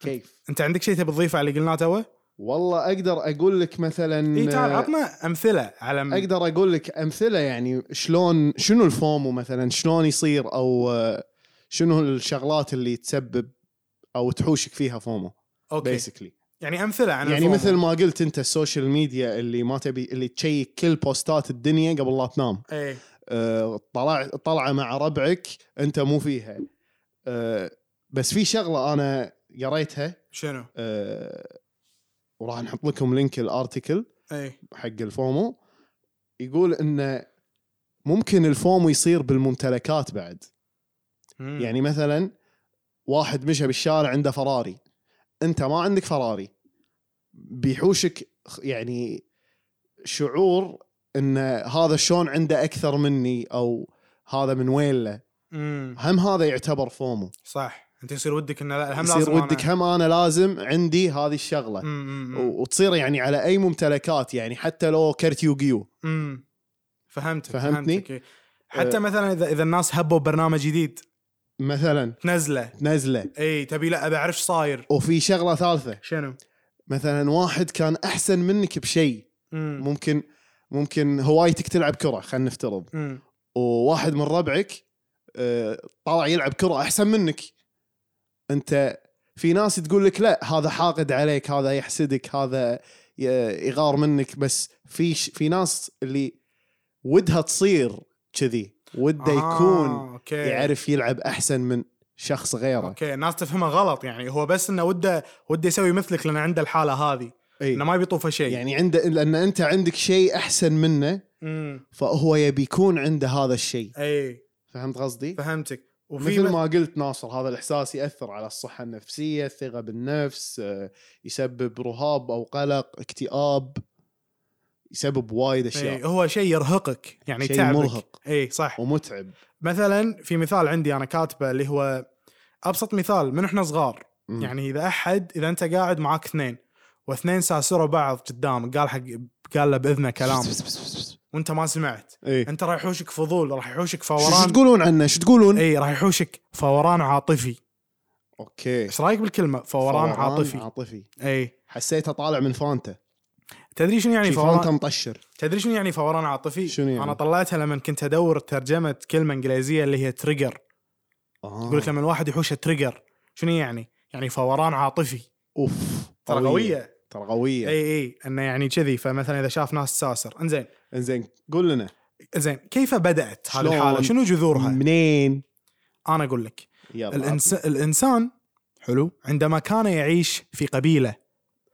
[SPEAKER 2] كيف
[SPEAKER 3] انت عندك شيء تبي تضيفه على اللي قلناه توه؟
[SPEAKER 2] والله اقدر اقول لك مثلا
[SPEAKER 3] اي تعال عطنا امثله على م...
[SPEAKER 2] اقدر اقول لك امثله يعني شلون شنو الفومو مثلا شلون يصير او آه، شنو الشغلات اللي تسبب او تحوشك فيها فومو
[SPEAKER 3] اوكي
[SPEAKER 2] بيسكلي
[SPEAKER 3] يعني امثله عن
[SPEAKER 2] يعني
[SPEAKER 3] الفومو.
[SPEAKER 2] مثل ما قلت انت السوشيال ميديا اللي ما تبي اللي تشيك كل بوستات الدنيا قبل لا تنام
[SPEAKER 3] اي
[SPEAKER 2] آه، طلع طلعه مع ربعك انت مو فيها آه، بس في شغله انا قريتها
[SPEAKER 3] شنو؟
[SPEAKER 2] آه، وراح نحط لكم لينك الارتكل
[SPEAKER 3] اي
[SPEAKER 2] حق الفومو يقول انه ممكن الفومو يصير بالممتلكات بعد
[SPEAKER 3] مم.
[SPEAKER 2] يعني مثلا واحد مشى بالشارع عنده فراري انت ما عندك فراري بيحوشك خ- يعني شعور ان هذا شلون عنده اكثر مني او هذا من وين له
[SPEAKER 3] مم.
[SPEAKER 2] هم هذا يعتبر فومو
[SPEAKER 3] صح انت يصير ودك انه لا هم
[SPEAKER 2] يصير
[SPEAKER 3] لازم
[SPEAKER 2] ودك هم انا لازم عندي هذه الشغله
[SPEAKER 3] هم
[SPEAKER 2] و- وتصير يعني على اي ممتلكات يعني حتى لو كرت يوغيو
[SPEAKER 3] امم فهمتك
[SPEAKER 2] فهمتني؟
[SPEAKER 3] فهمتك إي. حتى
[SPEAKER 2] أه.
[SPEAKER 3] مثلا اذا اذا الناس هبوا برنامج جديد
[SPEAKER 2] مثلا
[SPEAKER 3] تنزله
[SPEAKER 2] نزله
[SPEAKER 3] اي تبي لا ابي اعرف ايش صاير
[SPEAKER 2] وفي شغله ثالثه
[SPEAKER 3] شنو؟
[SPEAKER 2] مثلا واحد كان احسن منك بشيء
[SPEAKER 3] امم
[SPEAKER 2] ممكن ممكن هوايتك تلعب كره خلينا نفترض
[SPEAKER 3] امم
[SPEAKER 2] وواحد من ربعك آه، طالع يلعب كره احسن منك انت في ناس تقول لك لا هذا حاقد عليك هذا يحسدك هذا ي- يغار منك بس في ش- في ناس اللي ودها تصير كذي وده
[SPEAKER 3] آه،
[SPEAKER 2] يكون
[SPEAKER 3] اوكي
[SPEAKER 2] يعرف يلعب احسن من شخص غيره
[SPEAKER 3] اوكي الناس تفهمها غلط يعني هو بس انه وده وده يسوي مثلك لان عنده الحاله هذه
[SPEAKER 2] اي
[SPEAKER 3] انه ما بيطوفه شيء يعني
[SPEAKER 2] إيه. يعني عنده لان انت عندك شيء احسن منه فهو يبي يكون عنده هذا الشيء
[SPEAKER 3] اي
[SPEAKER 2] فهمت قصدي؟
[SPEAKER 3] فهمتك وفي
[SPEAKER 2] مثل ما قلت ناصر هذا الاحساس ياثر على الصحه النفسيه، الثقه بالنفس، آه، يسبب رهاب او قلق، اكتئاب يسبب وايد
[SPEAKER 3] إيه،
[SPEAKER 2] اشياء
[SPEAKER 3] هو شيء يرهقك يعني
[SPEAKER 2] شيء
[SPEAKER 3] تعبك
[SPEAKER 2] مرهق.
[SPEAKER 3] اي صح
[SPEAKER 2] ومتعب
[SPEAKER 3] مثلا في مثال عندي انا كاتبه اللي هو ابسط مثال من احنا صغار
[SPEAKER 2] مم.
[SPEAKER 3] يعني اذا احد اذا انت قاعد معاك اثنين واثنين ساسروا بعض قدامك قال حق قال له باذنه
[SPEAKER 2] [LAUGHS]
[SPEAKER 3] كلام وانت ما سمعت
[SPEAKER 2] ايه
[SPEAKER 3] انت راح يحوشك فضول راح يحوشك
[SPEAKER 2] شو شو
[SPEAKER 3] فوران
[SPEAKER 2] تقولون عنه؟ شو تقولون؟
[SPEAKER 3] اي راح يحوشك فوران
[SPEAKER 2] إيه.
[SPEAKER 3] عاطفي
[SPEAKER 2] اوكي
[SPEAKER 3] ايش رايك بالكلمه فوران, عاطفي يعني
[SPEAKER 2] عاطفي
[SPEAKER 3] اي
[SPEAKER 2] حسيته طالع من فانته
[SPEAKER 3] تدري شنو يعني
[SPEAKER 2] يعني فانته
[SPEAKER 3] فوران
[SPEAKER 2] مطشر
[SPEAKER 3] تدري شنو يعني فوران عاطفي
[SPEAKER 2] شنو يعني؟
[SPEAKER 3] انا طلعتها لما كنت ادور ترجمه كلمه انجليزيه اللي هي تريجر
[SPEAKER 2] آه.
[SPEAKER 3] يقول لك لما الواحد يحوشه تريجر شنو يعني يعني فوران عاطفي
[SPEAKER 2] اوف
[SPEAKER 3] ترى قويه
[SPEAKER 2] ترى قويه
[SPEAKER 3] اي اي انه يعني كذي فمثلا اذا شاف ناس تساسر انزين
[SPEAKER 2] انزين قول لنا
[SPEAKER 3] انزين كيف بدات هذه
[SPEAKER 2] شلون؟
[SPEAKER 3] الحاله شنو جذورها
[SPEAKER 2] منين؟
[SPEAKER 3] انا اقول لك
[SPEAKER 2] يلا
[SPEAKER 3] الإنس... الانسان حلو عندما كان يعيش في قبيله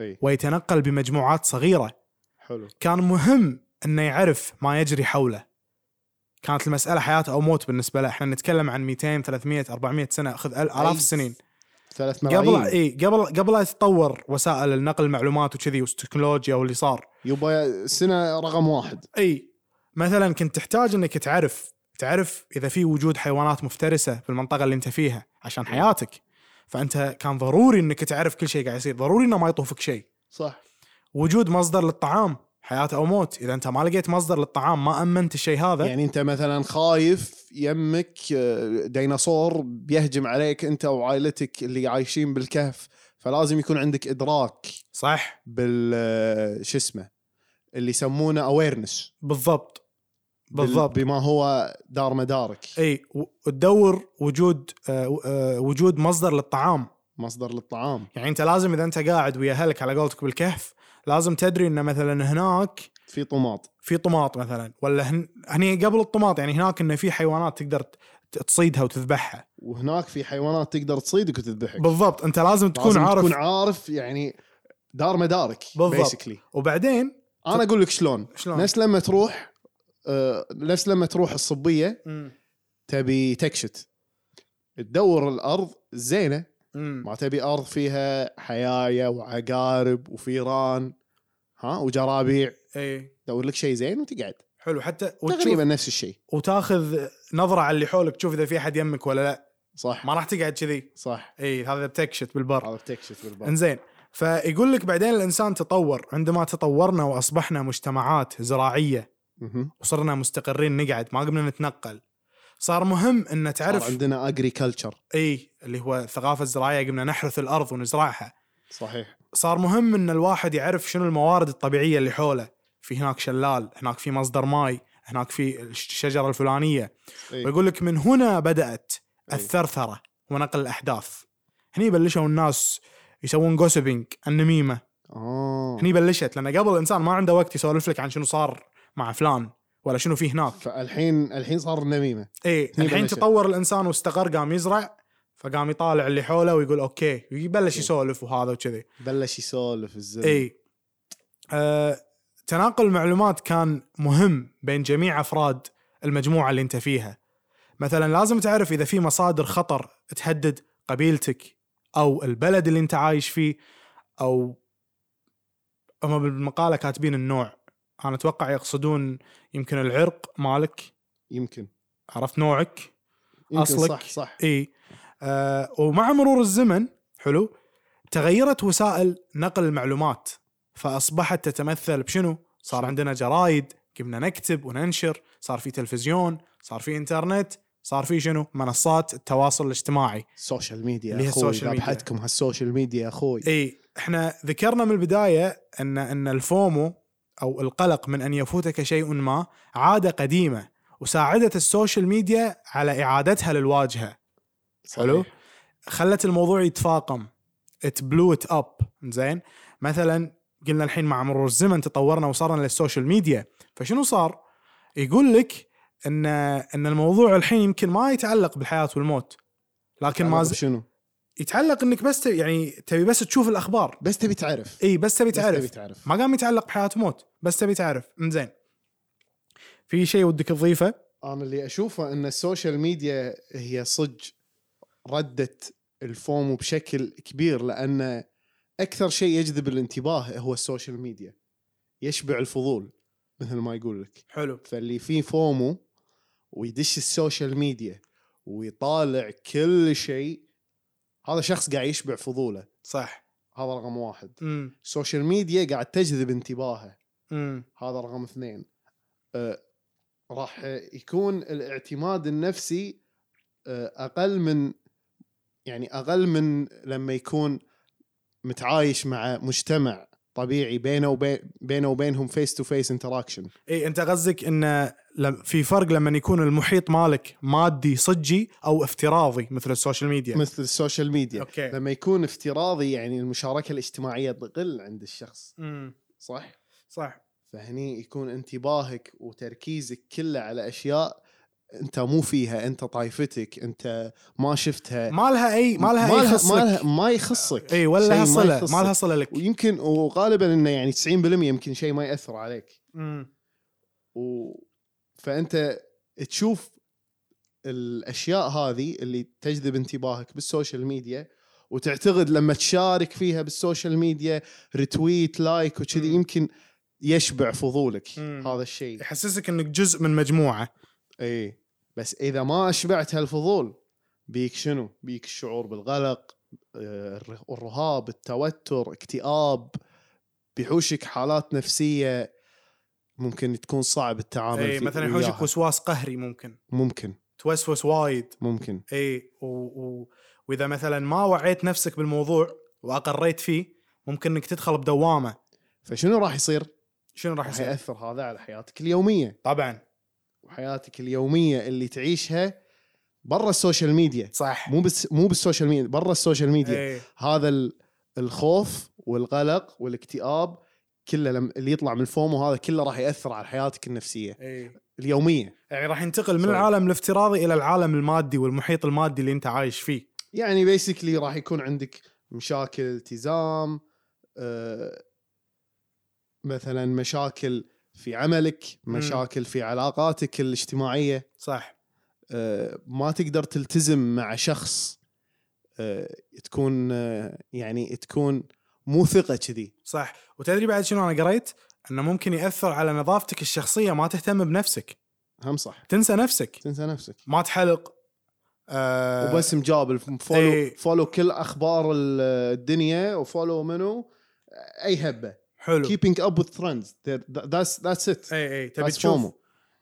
[SPEAKER 2] إي.
[SPEAKER 3] ويتنقل بمجموعات صغيره
[SPEAKER 2] حلو
[SPEAKER 3] كان مهم انه يعرف ما يجري حوله كانت المساله حياه او موت بالنسبه له احنا نتكلم عن 200 300 400 سنه خذ الاف
[SPEAKER 2] نايس.
[SPEAKER 3] السنين
[SPEAKER 2] ثلاث
[SPEAKER 3] قبل
[SPEAKER 2] ملايين
[SPEAKER 3] اي قبل قبل لا تتطور وسائل النقل المعلومات وكذي والتكنولوجيا واللي صار
[SPEAKER 2] يبا سنه رقم واحد
[SPEAKER 3] اي مثلا كنت تحتاج انك تعرف تعرف اذا في وجود حيوانات مفترسه في المنطقه اللي انت فيها عشان حياتك فانت كان ضروري انك تعرف كل شيء قاعد يصير ضروري انه ما يطوفك شيء
[SPEAKER 2] صح
[SPEAKER 3] وجود مصدر للطعام حياه او موت اذا انت ما لقيت مصدر للطعام ما امنت الشيء هذا
[SPEAKER 2] يعني انت مثلا خايف يمك آه، ديناصور بيهجم عليك انت وعائلتك اللي عايشين بالكهف فلازم يكون عندك ادراك
[SPEAKER 3] صح
[SPEAKER 2] بال آه، شو اسمه اللي يسمونه اويرنس
[SPEAKER 3] بالضبط بالضبط
[SPEAKER 2] بما هو دار مدارك
[SPEAKER 3] اي و- تدور وجود آه، و- آه، وجود مصدر للطعام
[SPEAKER 2] مصدر للطعام
[SPEAKER 3] يعني انت لازم اذا انت قاعد ويا اهلك على قولتك بالكهف لازم تدري ان مثلا هناك
[SPEAKER 2] في طماط
[SPEAKER 3] في طماط مثلا ولا هن... هني قبل الطماط يعني هناك انه في حيوانات تقدر ت- تصيدها وتذبحها
[SPEAKER 2] وهناك في حيوانات تقدر تصيدك وتذبحك
[SPEAKER 3] بالضبط انت لازم تكون
[SPEAKER 2] إيه. لازم
[SPEAKER 3] عارف
[SPEAKER 2] تكون عارف يعني دار مدارك
[SPEAKER 3] بالضبط.
[SPEAKER 2] basically.
[SPEAKER 3] وبعدين
[SPEAKER 2] انا اقول لك شلون
[SPEAKER 3] شلون
[SPEAKER 2] نفس لما تروح آه، نفس لما تروح الصبيه
[SPEAKER 3] مم.
[SPEAKER 2] تبي تكشت تدور الارض زينه
[SPEAKER 3] مم.
[SPEAKER 2] ما تبي ارض فيها حيايه وعقارب وفيران ها وجرابيع
[SPEAKER 3] اي
[SPEAKER 2] دور لك شيء زين وتقعد
[SPEAKER 3] حلو حتى وتشوف
[SPEAKER 2] تقريبا نفس الشيء
[SPEAKER 3] وتاخذ نظره على اللي حولك تشوف اذا في احد يمك ولا لا
[SPEAKER 2] صح
[SPEAKER 3] ما راح تقعد كذي
[SPEAKER 2] صح
[SPEAKER 3] اي هذا بتكشت بالبر
[SPEAKER 2] هذا بتكشت بالبر
[SPEAKER 3] انزين فيقول لك بعدين الانسان تطور عندما تطورنا واصبحنا مجتمعات زراعيه
[SPEAKER 2] مهم.
[SPEAKER 3] وصرنا مستقرين نقعد ما قمنا نتنقل صار مهم ان
[SPEAKER 2] صار
[SPEAKER 3] تعرف
[SPEAKER 2] عندنا اجريكلتشر
[SPEAKER 3] اي اللي هو الثقافه الزراعيه قمنا نحرث الارض ونزرعها
[SPEAKER 2] صحيح
[SPEAKER 3] صار مهم ان الواحد يعرف شنو الموارد الطبيعيه اللي حوله في هناك شلال هناك في مصدر ماي هناك في الشجره الفلانيه
[SPEAKER 2] إيه.
[SPEAKER 3] ويقول لك من هنا بدات
[SPEAKER 2] إيه.
[SPEAKER 3] الثرثره ونقل الاحداث هني بلشوا الناس يسوون جوسبينج النميمه
[SPEAKER 2] اه
[SPEAKER 3] هني بلشت لان قبل الانسان ما عنده وقت يسولف لك عن شنو صار مع فلان ولا شنو في هناك
[SPEAKER 2] فالحين الحين صار النميمه
[SPEAKER 3] اي
[SPEAKER 2] هني
[SPEAKER 3] إيه، الحين
[SPEAKER 2] بلشت.
[SPEAKER 3] تطور الانسان واستقر قام يزرع فقام يطالع اللي حوله ويقول اوكي يبلش
[SPEAKER 2] إيه.
[SPEAKER 3] يسولف وهذا وكذي
[SPEAKER 2] بلش يسولف الزلمه
[SPEAKER 3] اي آه تناقل المعلومات كان مهم بين جميع افراد المجموعه اللي انت فيها مثلا لازم تعرف اذا في مصادر خطر تهدد قبيلتك او البلد اللي انت عايش فيه او هم بالمقاله كاتبين النوع انا اتوقع يقصدون يمكن العرق مالك
[SPEAKER 2] يمكن
[SPEAKER 3] عرفت نوعك
[SPEAKER 2] يمكن
[SPEAKER 3] أصلك.
[SPEAKER 2] صح صح
[SPEAKER 3] اي آه ومع مرور الزمن حلو تغيرت وسائل نقل المعلومات فاصبحت تتمثل بشنو؟ صار عندنا جرايد قمنا نكتب وننشر، صار في تلفزيون، صار في انترنت، صار في شنو؟ منصات التواصل الاجتماعي.
[SPEAKER 2] السوشيال ميديا
[SPEAKER 3] اللي هي
[SPEAKER 2] يا اخوي
[SPEAKER 3] السوشيال ميديا.
[SPEAKER 2] ذبحتكم هالسوشيال ميديا يا اخوي
[SPEAKER 3] اي احنا ذكرنا من البدايه ان ان الفومو او القلق من ان يفوتك شيء ما عاده قديمه وساعدت السوشيال ميديا على اعادتها للواجهه.
[SPEAKER 2] صحيح.
[SPEAKER 3] حلو خلت الموضوع يتفاقم ات بلو ات اب زين مثلا قلنا الحين مع مرور الزمن تطورنا وصلنا للسوشيال ميديا فشنو صار يقول لك ان ان الموضوع الحين يمكن ما يتعلق بالحياه والموت لكن ما
[SPEAKER 2] علاقة
[SPEAKER 3] ز...
[SPEAKER 2] بشنو
[SPEAKER 3] يتعلق انك بس ت- يعني تبي بس تشوف الاخبار
[SPEAKER 2] بس تبي تعرف
[SPEAKER 3] اي بس تبي
[SPEAKER 2] إيه، بس
[SPEAKER 3] تعرف
[SPEAKER 2] تبي تعرف
[SPEAKER 3] ما قام يتعلق بحياه وموت بس تبي تعرف زين في شيء ودك تضيفه
[SPEAKER 2] انا اللي اشوفه ان السوشيال ميديا هي صج ردت الفومو بشكل كبير لان اكثر شيء يجذب الانتباه هو السوشيال ميديا يشبع الفضول مثل ما يقول لك
[SPEAKER 3] حلو
[SPEAKER 2] فاللي فيه فومو ويدش السوشيال ميديا ويطالع كل شيء هذا شخص قاعد يشبع فضوله
[SPEAKER 3] صح
[SPEAKER 2] هذا رقم واحد
[SPEAKER 3] امم
[SPEAKER 2] السوشيال ميديا قاعد تجذب انتباهه
[SPEAKER 3] امم
[SPEAKER 2] هذا رقم اثنين آه، راح يكون الاعتماد النفسي آه، اقل من يعني اقل من لما يكون متعايش مع مجتمع طبيعي بينه وبين بينه وبينهم فيس تو فيس انتراكشن
[SPEAKER 3] اي انت إيه، قصدك انه لم- في فرق لما يكون المحيط مالك مادي صجي او افتراضي مثل السوشيال ميديا
[SPEAKER 2] مثل يعني السوشيال ميديا
[SPEAKER 3] اوكي
[SPEAKER 2] لما يكون افتراضي يعني المشاركه الاجتماعيه تقل عند الشخص
[SPEAKER 3] امم
[SPEAKER 2] صح
[SPEAKER 3] صح
[SPEAKER 2] فهني يكون انتباهك وتركيزك كله على اشياء انت مو فيها انت طايفتك انت ما شفتها
[SPEAKER 3] ما لها اي ما لها اي
[SPEAKER 2] ما
[SPEAKER 3] خصلك
[SPEAKER 2] لها ما يخصك
[SPEAKER 3] اي ولا
[SPEAKER 2] شيء
[SPEAKER 3] لها
[SPEAKER 2] ما
[SPEAKER 3] صله
[SPEAKER 2] يخصك.
[SPEAKER 3] ما لها صله لك
[SPEAKER 2] ويمكن وغالبا انه يعني 90% يمكن شيء ما ياثر عليك
[SPEAKER 3] امم
[SPEAKER 2] و... فانت تشوف الاشياء هذه اللي تجذب انتباهك بالسوشيال ميديا وتعتقد لما تشارك فيها بالسوشيال ميديا ريتويت لايك وكذي
[SPEAKER 3] مم.
[SPEAKER 2] يمكن يشبع فضولك
[SPEAKER 3] مم. إيه.
[SPEAKER 2] هذا الشيء
[SPEAKER 3] يحسسك انك جزء من مجموعه
[SPEAKER 2] اي بس اذا ما اشبعت هالفضول بيك شنو؟ بيك الشعور بالقلق آه، الر- الرهاب، التوتر، اكتئاب بيحوشك حالات نفسيه ممكن تكون صعب التعامل
[SPEAKER 3] اي
[SPEAKER 2] في-
[SPEAKER 3] مثلا
[SPEAKER 2] وياها.
[SPEAKER 3] يحوشك إيه، وسواس قهري ممكن
[SPEAKER 2] ممكن
[SPEAKER 3] توسوس وايد
[SPEAKER 2] ممكن
[SPEAKER 3] اي و... و... واذا مثلا ما وعيت نفسك بالموضوع واقريت فيه ممكن انك تدخل بدوامه
[SPEAKER 2] فشنو راح يصير؟
[SPEAKER 3] شنو راح
[SPEAKER 2] راح
[SPEAKER 3] يصير؟
[SPEAKER 2] ياثر هذا على حياتك اليوميه
[SPEAKER 3] طبعا
[SPEAKER 2] وحياتك اليوميه اللي تعيشها برا السوشيال ميديا
[SPEAKER 3] صح إيه،
[SPEAKER 2] مو بس مو بالسوشيال ميديا برا السوشيال ميديا
[SPEAKER 3] اي
[SPEAKER 2] هذا ال- الخوف والقلق والاكتئاب كله لم اللي يطلع من الفومو هذا كله راح ياثر على حياتك النفسيه
[SPEAKER 3] اي
[SPEAKER 2] اليوميه
[SPEAKER 3] يعني راح ينتقل من
[SPEAKER 2] Sorry.
[SPEAKER 3] العالم الافتراضي الى العالم المادي والمحيط المادي اللي انت عايش فيه
[SPEAKER 2] يعني بيسكلي راح يكون عندك مشاكل التزام آه، مثلا مشاكل في عملك
[SPEAKER 3] مم.
[SPEAKER 2] مشاكل في علاقاتك الاجتماعيه
[SPEAKER 3] صح
[SPEAKER 2] آه، ما تقدر تلتزم مع شخص آه، تكون آه، يعني تكون مو ثقه كذي
[SPEAKER 3] صح وتدري بعد شنو انا قريت انه ممكن ياثر على نظافتك الشخصيه ما تهتم بنفسك
[SPEAKER 2] هم صح
[SPEAKER 3] تنسى نفسك
[SPEAKER 2] تنسى نفسك
[SPEAKER 3] ما تحلق آه
[SPEAKER 2] وبس مجاب الف- فولو
[SPEAKER 3] إيه.
[SPEAKER 2] فولو كل اخبار ال- الدنيا وفولو منو اي هبه
[SPEAKER 3] حلو إيه.
[SPEAKER 2] كيبينج اب وذ ترندز ذاتس ذاتس ات
[SPEAKER 3] اي اي تبي
[SPEAKER 2] بس
[SPEAKER 3] تشوف
[SPEAKER 2] فومو.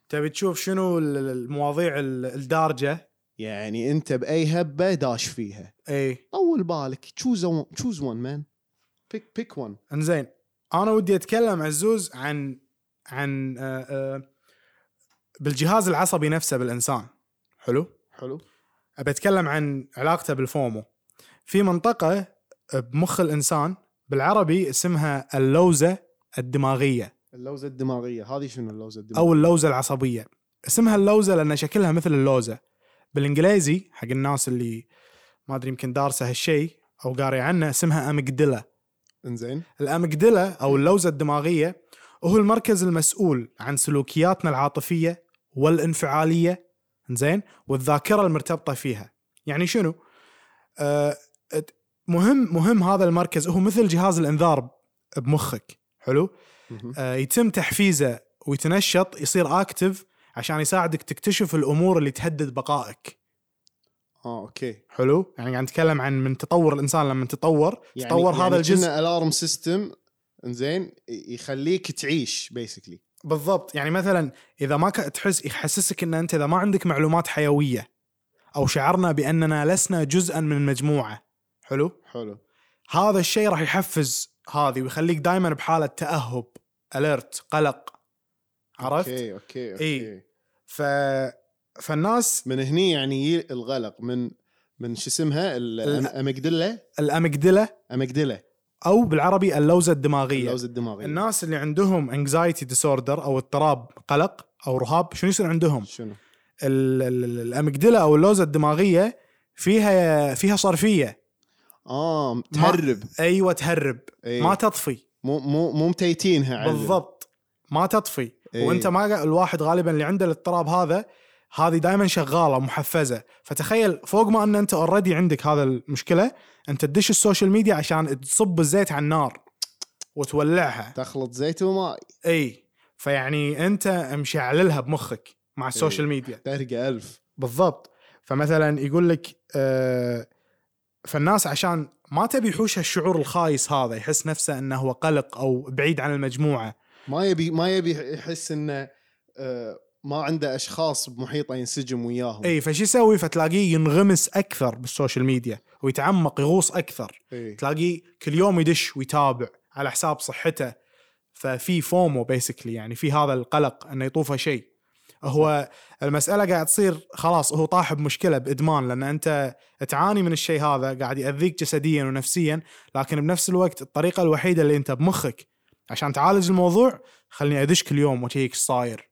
[SPEAKER 3] تبي تشوف شنو ال- ال- المواضيع ال- الدارجه
[SPEAKER 2] يعني انت باي هبه داش فيها
[SPEAKER 3] اي
[SPEAKER 2] طول بالك تشوز تشوز ون مان بيك بيك ون
[SPEAKER 3] انزين انا ودي اتكلم عزوز عن عن آه آه بالجهاز العصبي نفسه بالانسان حلو
[SPEAKER 2] حلو
[SPEAKER 3] ابي اتكلم عن علاقته بالفومو في منطقه بمخ الانسان بالعربي اسمها اللوزه الدماغيه
[SPEAKER 2] اللوزه الدماغيه هذه شنو اللوزه الدماغيه
[SPEAKER 3] او اللوزه العصبيه اسمها اللوزه لان شكلها مثل اللوزه بالانجليزي حق الناس اللي ما ادري يمكن دارسه هالشيء او قاري عنه اسمها اميجدلا
[SPEAKER 2] انزين
[SPEAKER 3] الاميجدلا او اللوزه الدماغيه هو المركز المسؤول عن سلوكياتنا العاطفيه والانفعاليه زين والذاكره المرتبطه فيها يعني شنو آه ات- مهم مهم هذا المركز هو مثل جهاز الانذار بمخك حلو
[SPEAKER 2] مهم.
[SPEAKER 3] آه، يتم تحفيزه ويتنشط يصير اكتف عشان يساعدك تكتشف الامور اللي تهدد بقائك
[SPEAKER 2] اه اوكي
[SPEAKER 3] حلو يعني قاعد نتكلم عن من تطور الانسان لما تطور
[SPEAKER 2] يعني
[SPEAKER 3] تطور
[SPEAKER 2] يعني
[SPEAKER 3] هذا الجزء
[SPEAKER 2] الارم سيستم انزين يخليك تعيش بيسكلي
[SPEAKER 3] بالضبط يعني مثلا اذا ما ك- تحس يحسسك ان انت اذا ما عندك معلومات حيويه او شعرنا باننا لسنا جزءا من مجموعه حلو
[SPEAKER 2] حلو
[SPEAKER 3] هذا الشيء راح يحفز هذه ويخليك دائما بحاله تاهب اليرت قلق عرفت
[SPEAKER 2] اوكي اوكي اوكي
[SPEAKER 3] إي. ف فالناس
[SPEAKER 2] من هني يعني يجي القلق من من شو اسمها
[SPEAKER 3] الم-
[SPEAKER 2] الامجدله
[SPEAKER 3] الاميجدلا
[SPEAKER 2] امجدله
[SPEAKER 3] او بالعربي اللوزه الدماغيه
[SPEAKER 2] اللوز الدماغي
[SPEAKER 3] الناس اللي عندهم انكزايتي ديسوردر او اضطراب قلق او رهاب شنو يصير عندهم
[SPEAKER 2] شنو
[SPEAKER 3] ال- ال- ال- الاميجدلا او اللوزه الدماغيه فيها فيها صرفيه
[SPEAKER 2] اه تهرب
[SPEAKER 3] ايوه تهرب
[SPEAKER 2] إيه.
[SPEAKER 3] ما تطفي
[SPEAKER 2] مو مو مو متيتينها عدل.
[SPEAKER 3] بالضبط ما تطفي
[SPEAKER 2] إيه.
[SPEAKER 3] وانت ما الواحد غالبا اللي عنده الاضطراب هذا هذه دائما شغاله محفزه فتخيل فوق ما ان انت اوريدي عندك هذا المشكله انت تدش السوشيال ميديا عشان تصب الزيت على النار وتولعها
[SPEAKER 2] تخلط زيت وماء
[SPEAKER 3] اي فيعني انت مشعللها بمخك مع السوشيال
[SPEAKER 2] إيه.
[SPEAKER 3] ميديا
[SPEAKER 2] تهرقه ألف
[SPEAKER 3] بالضبط فمثلا يقول لك آه، فالناس عشان ما تبي يحوشها الشعور الخايس هذا يحس نفسه انه هو قلق او بعيد عن المجموعه
[SPEAKER 2] ما يبي ما يبي يحس انه آه، ما عنده اشخاص بمحيطه ينسجم وياهم
[SPEAKER 3] اي فشو يسوي فتلاقيه ينغمس اكثر بالسوشيال ميديا ويتعمق يغوص اكثر
[SPEAKER 2] إي.
[SPEAKER 3] تلاقيه كل يوم يدش ويتابع على حساب صحته ففي فومو بيسكلي يعني في هذا القلق انه يطوفه شيء هو المساله قاعد تصير خلاص هو طاح بمشكله بادمان لان انت تعاني من الشيء هذا قاعد ياذيك جسديا ونفسيا لكن بنفس الوقت الطريقه الوحيده اللي انت بمخك عشان تعالج الموضوع خلني ادش كل يوم وشيك ايش صاير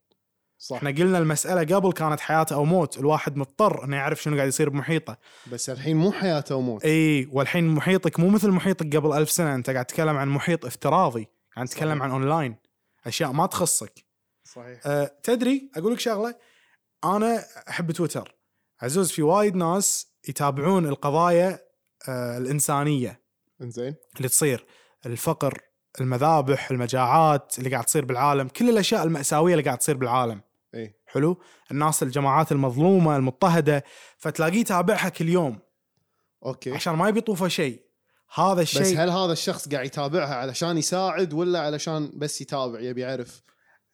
[SPEAKER 2] صح
[SPEAKER 3] احنا قلنا المساله قبل كانت حياه او موت الواحد مضطر انه يعرف شنو قاعد يصير بمحيطه
[SPEAKER 2] بس الحين مو حياته وموت
[SPEAKER 3] اي والحين محيطك مو مثل محيطك قبل ألف سنه انت قاعد تتكلم عن محيط افتراضي قاعد تتكلم
[SPEAKER 2] صحيح.
[SPEAKER 3] عن اونلاين اشياء ما تخصك
[SPEAKER 2] صحيح
[SPEAKER 3] أه تدري اقول لك شغله انا احب تويتر عزوز في وايد ناس يتابعون القضايا أه الانسانيه
[SPEAKER 2] انزين
[SPEAKER 3] اللي تصير الفقر المذابح المجاعات اللي قاعد تصير بالعالم كل الاشياء الماساويه اللي قاعد تصير بالعالم
[SPEAKER 2] اي
[SPEAKER 3] حلو الناس الجماعات المظلومه المضطهده فتلاقيه يتابعها كل يوم
[SPEAKER 2] اوكي
[SPEAKER 3] عشان ما يبي يطوفه شيء هذا
[SPEAKER 2] إيه. بس
[SPEAKER 3] الشيء
[SPEAKER 2] هل هذا الشخص قاعد يتابعها علشان يساعد ولا علشان بس يتابع يبي يعرف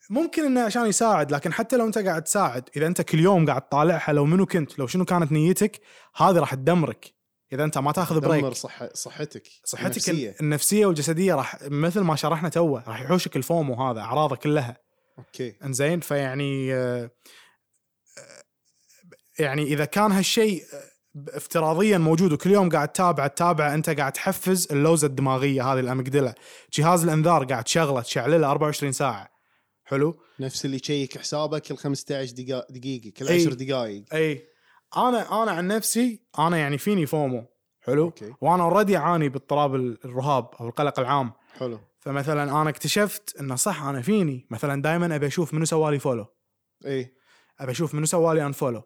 [SPEAKER 3] ممكن انه عشان يساعد لكن حتى لو انت قاعد تساعد اذا انت كل يوم قاعد تطالعها لو منو كنت لو شنو كانت نيتك هذه راح تدمرك اذا انت ما تاخذ
[SPEAKER 2] دمر
[SPEAKER 3] بريك
[SPEAKER 2] صح... صحتك
[SPEAKER 3] صحتك
[SPEAKER 2] النفسية.
[SPEAKER 3] النفسية. النفسيه والجسديه راح مثل ما شرحنا توه راح يحوشك الفومو هذا اعراضه كلها
[SPEAKER 2] اوكي
[SPEAKER 3] انزين فيعني آه، آه، يعني اذا كان هالشيء آه، افتراضيا موجود وكل يوم قاعد تتابعه تتابعه انت قاعد تحفز اللوزه الدماغيه هذه الامجدله جهاز الانذار قاعد تشغله تشعلله 24 ساعه حلو
[SPEAKER 2] نفس اللي يشيك حسابك كل 15 دقيقة, دقيقة كل
[SPEAKER 3] إي.
[SPEAKER 2] 10 دقائق
[SPEAKER 3] اي انا انا عن نفسي انا يعني فيني فومو حلو
[SPEAKER 2] أوكي.
[SPEAKER 3] وانا اوريدي اعاني باضطراب ال- الرهاب او القلق العام
[SPEAKER 2] حلو
[SPEAKER 3] فمثلا انا اكتشفت انه صح انا فيني مثلا دائما ابي اشوف منو سوالي فولو
[SPEAKER 2] اي
[SPEAKER 3] ابي اشوف منو سوالي انفولو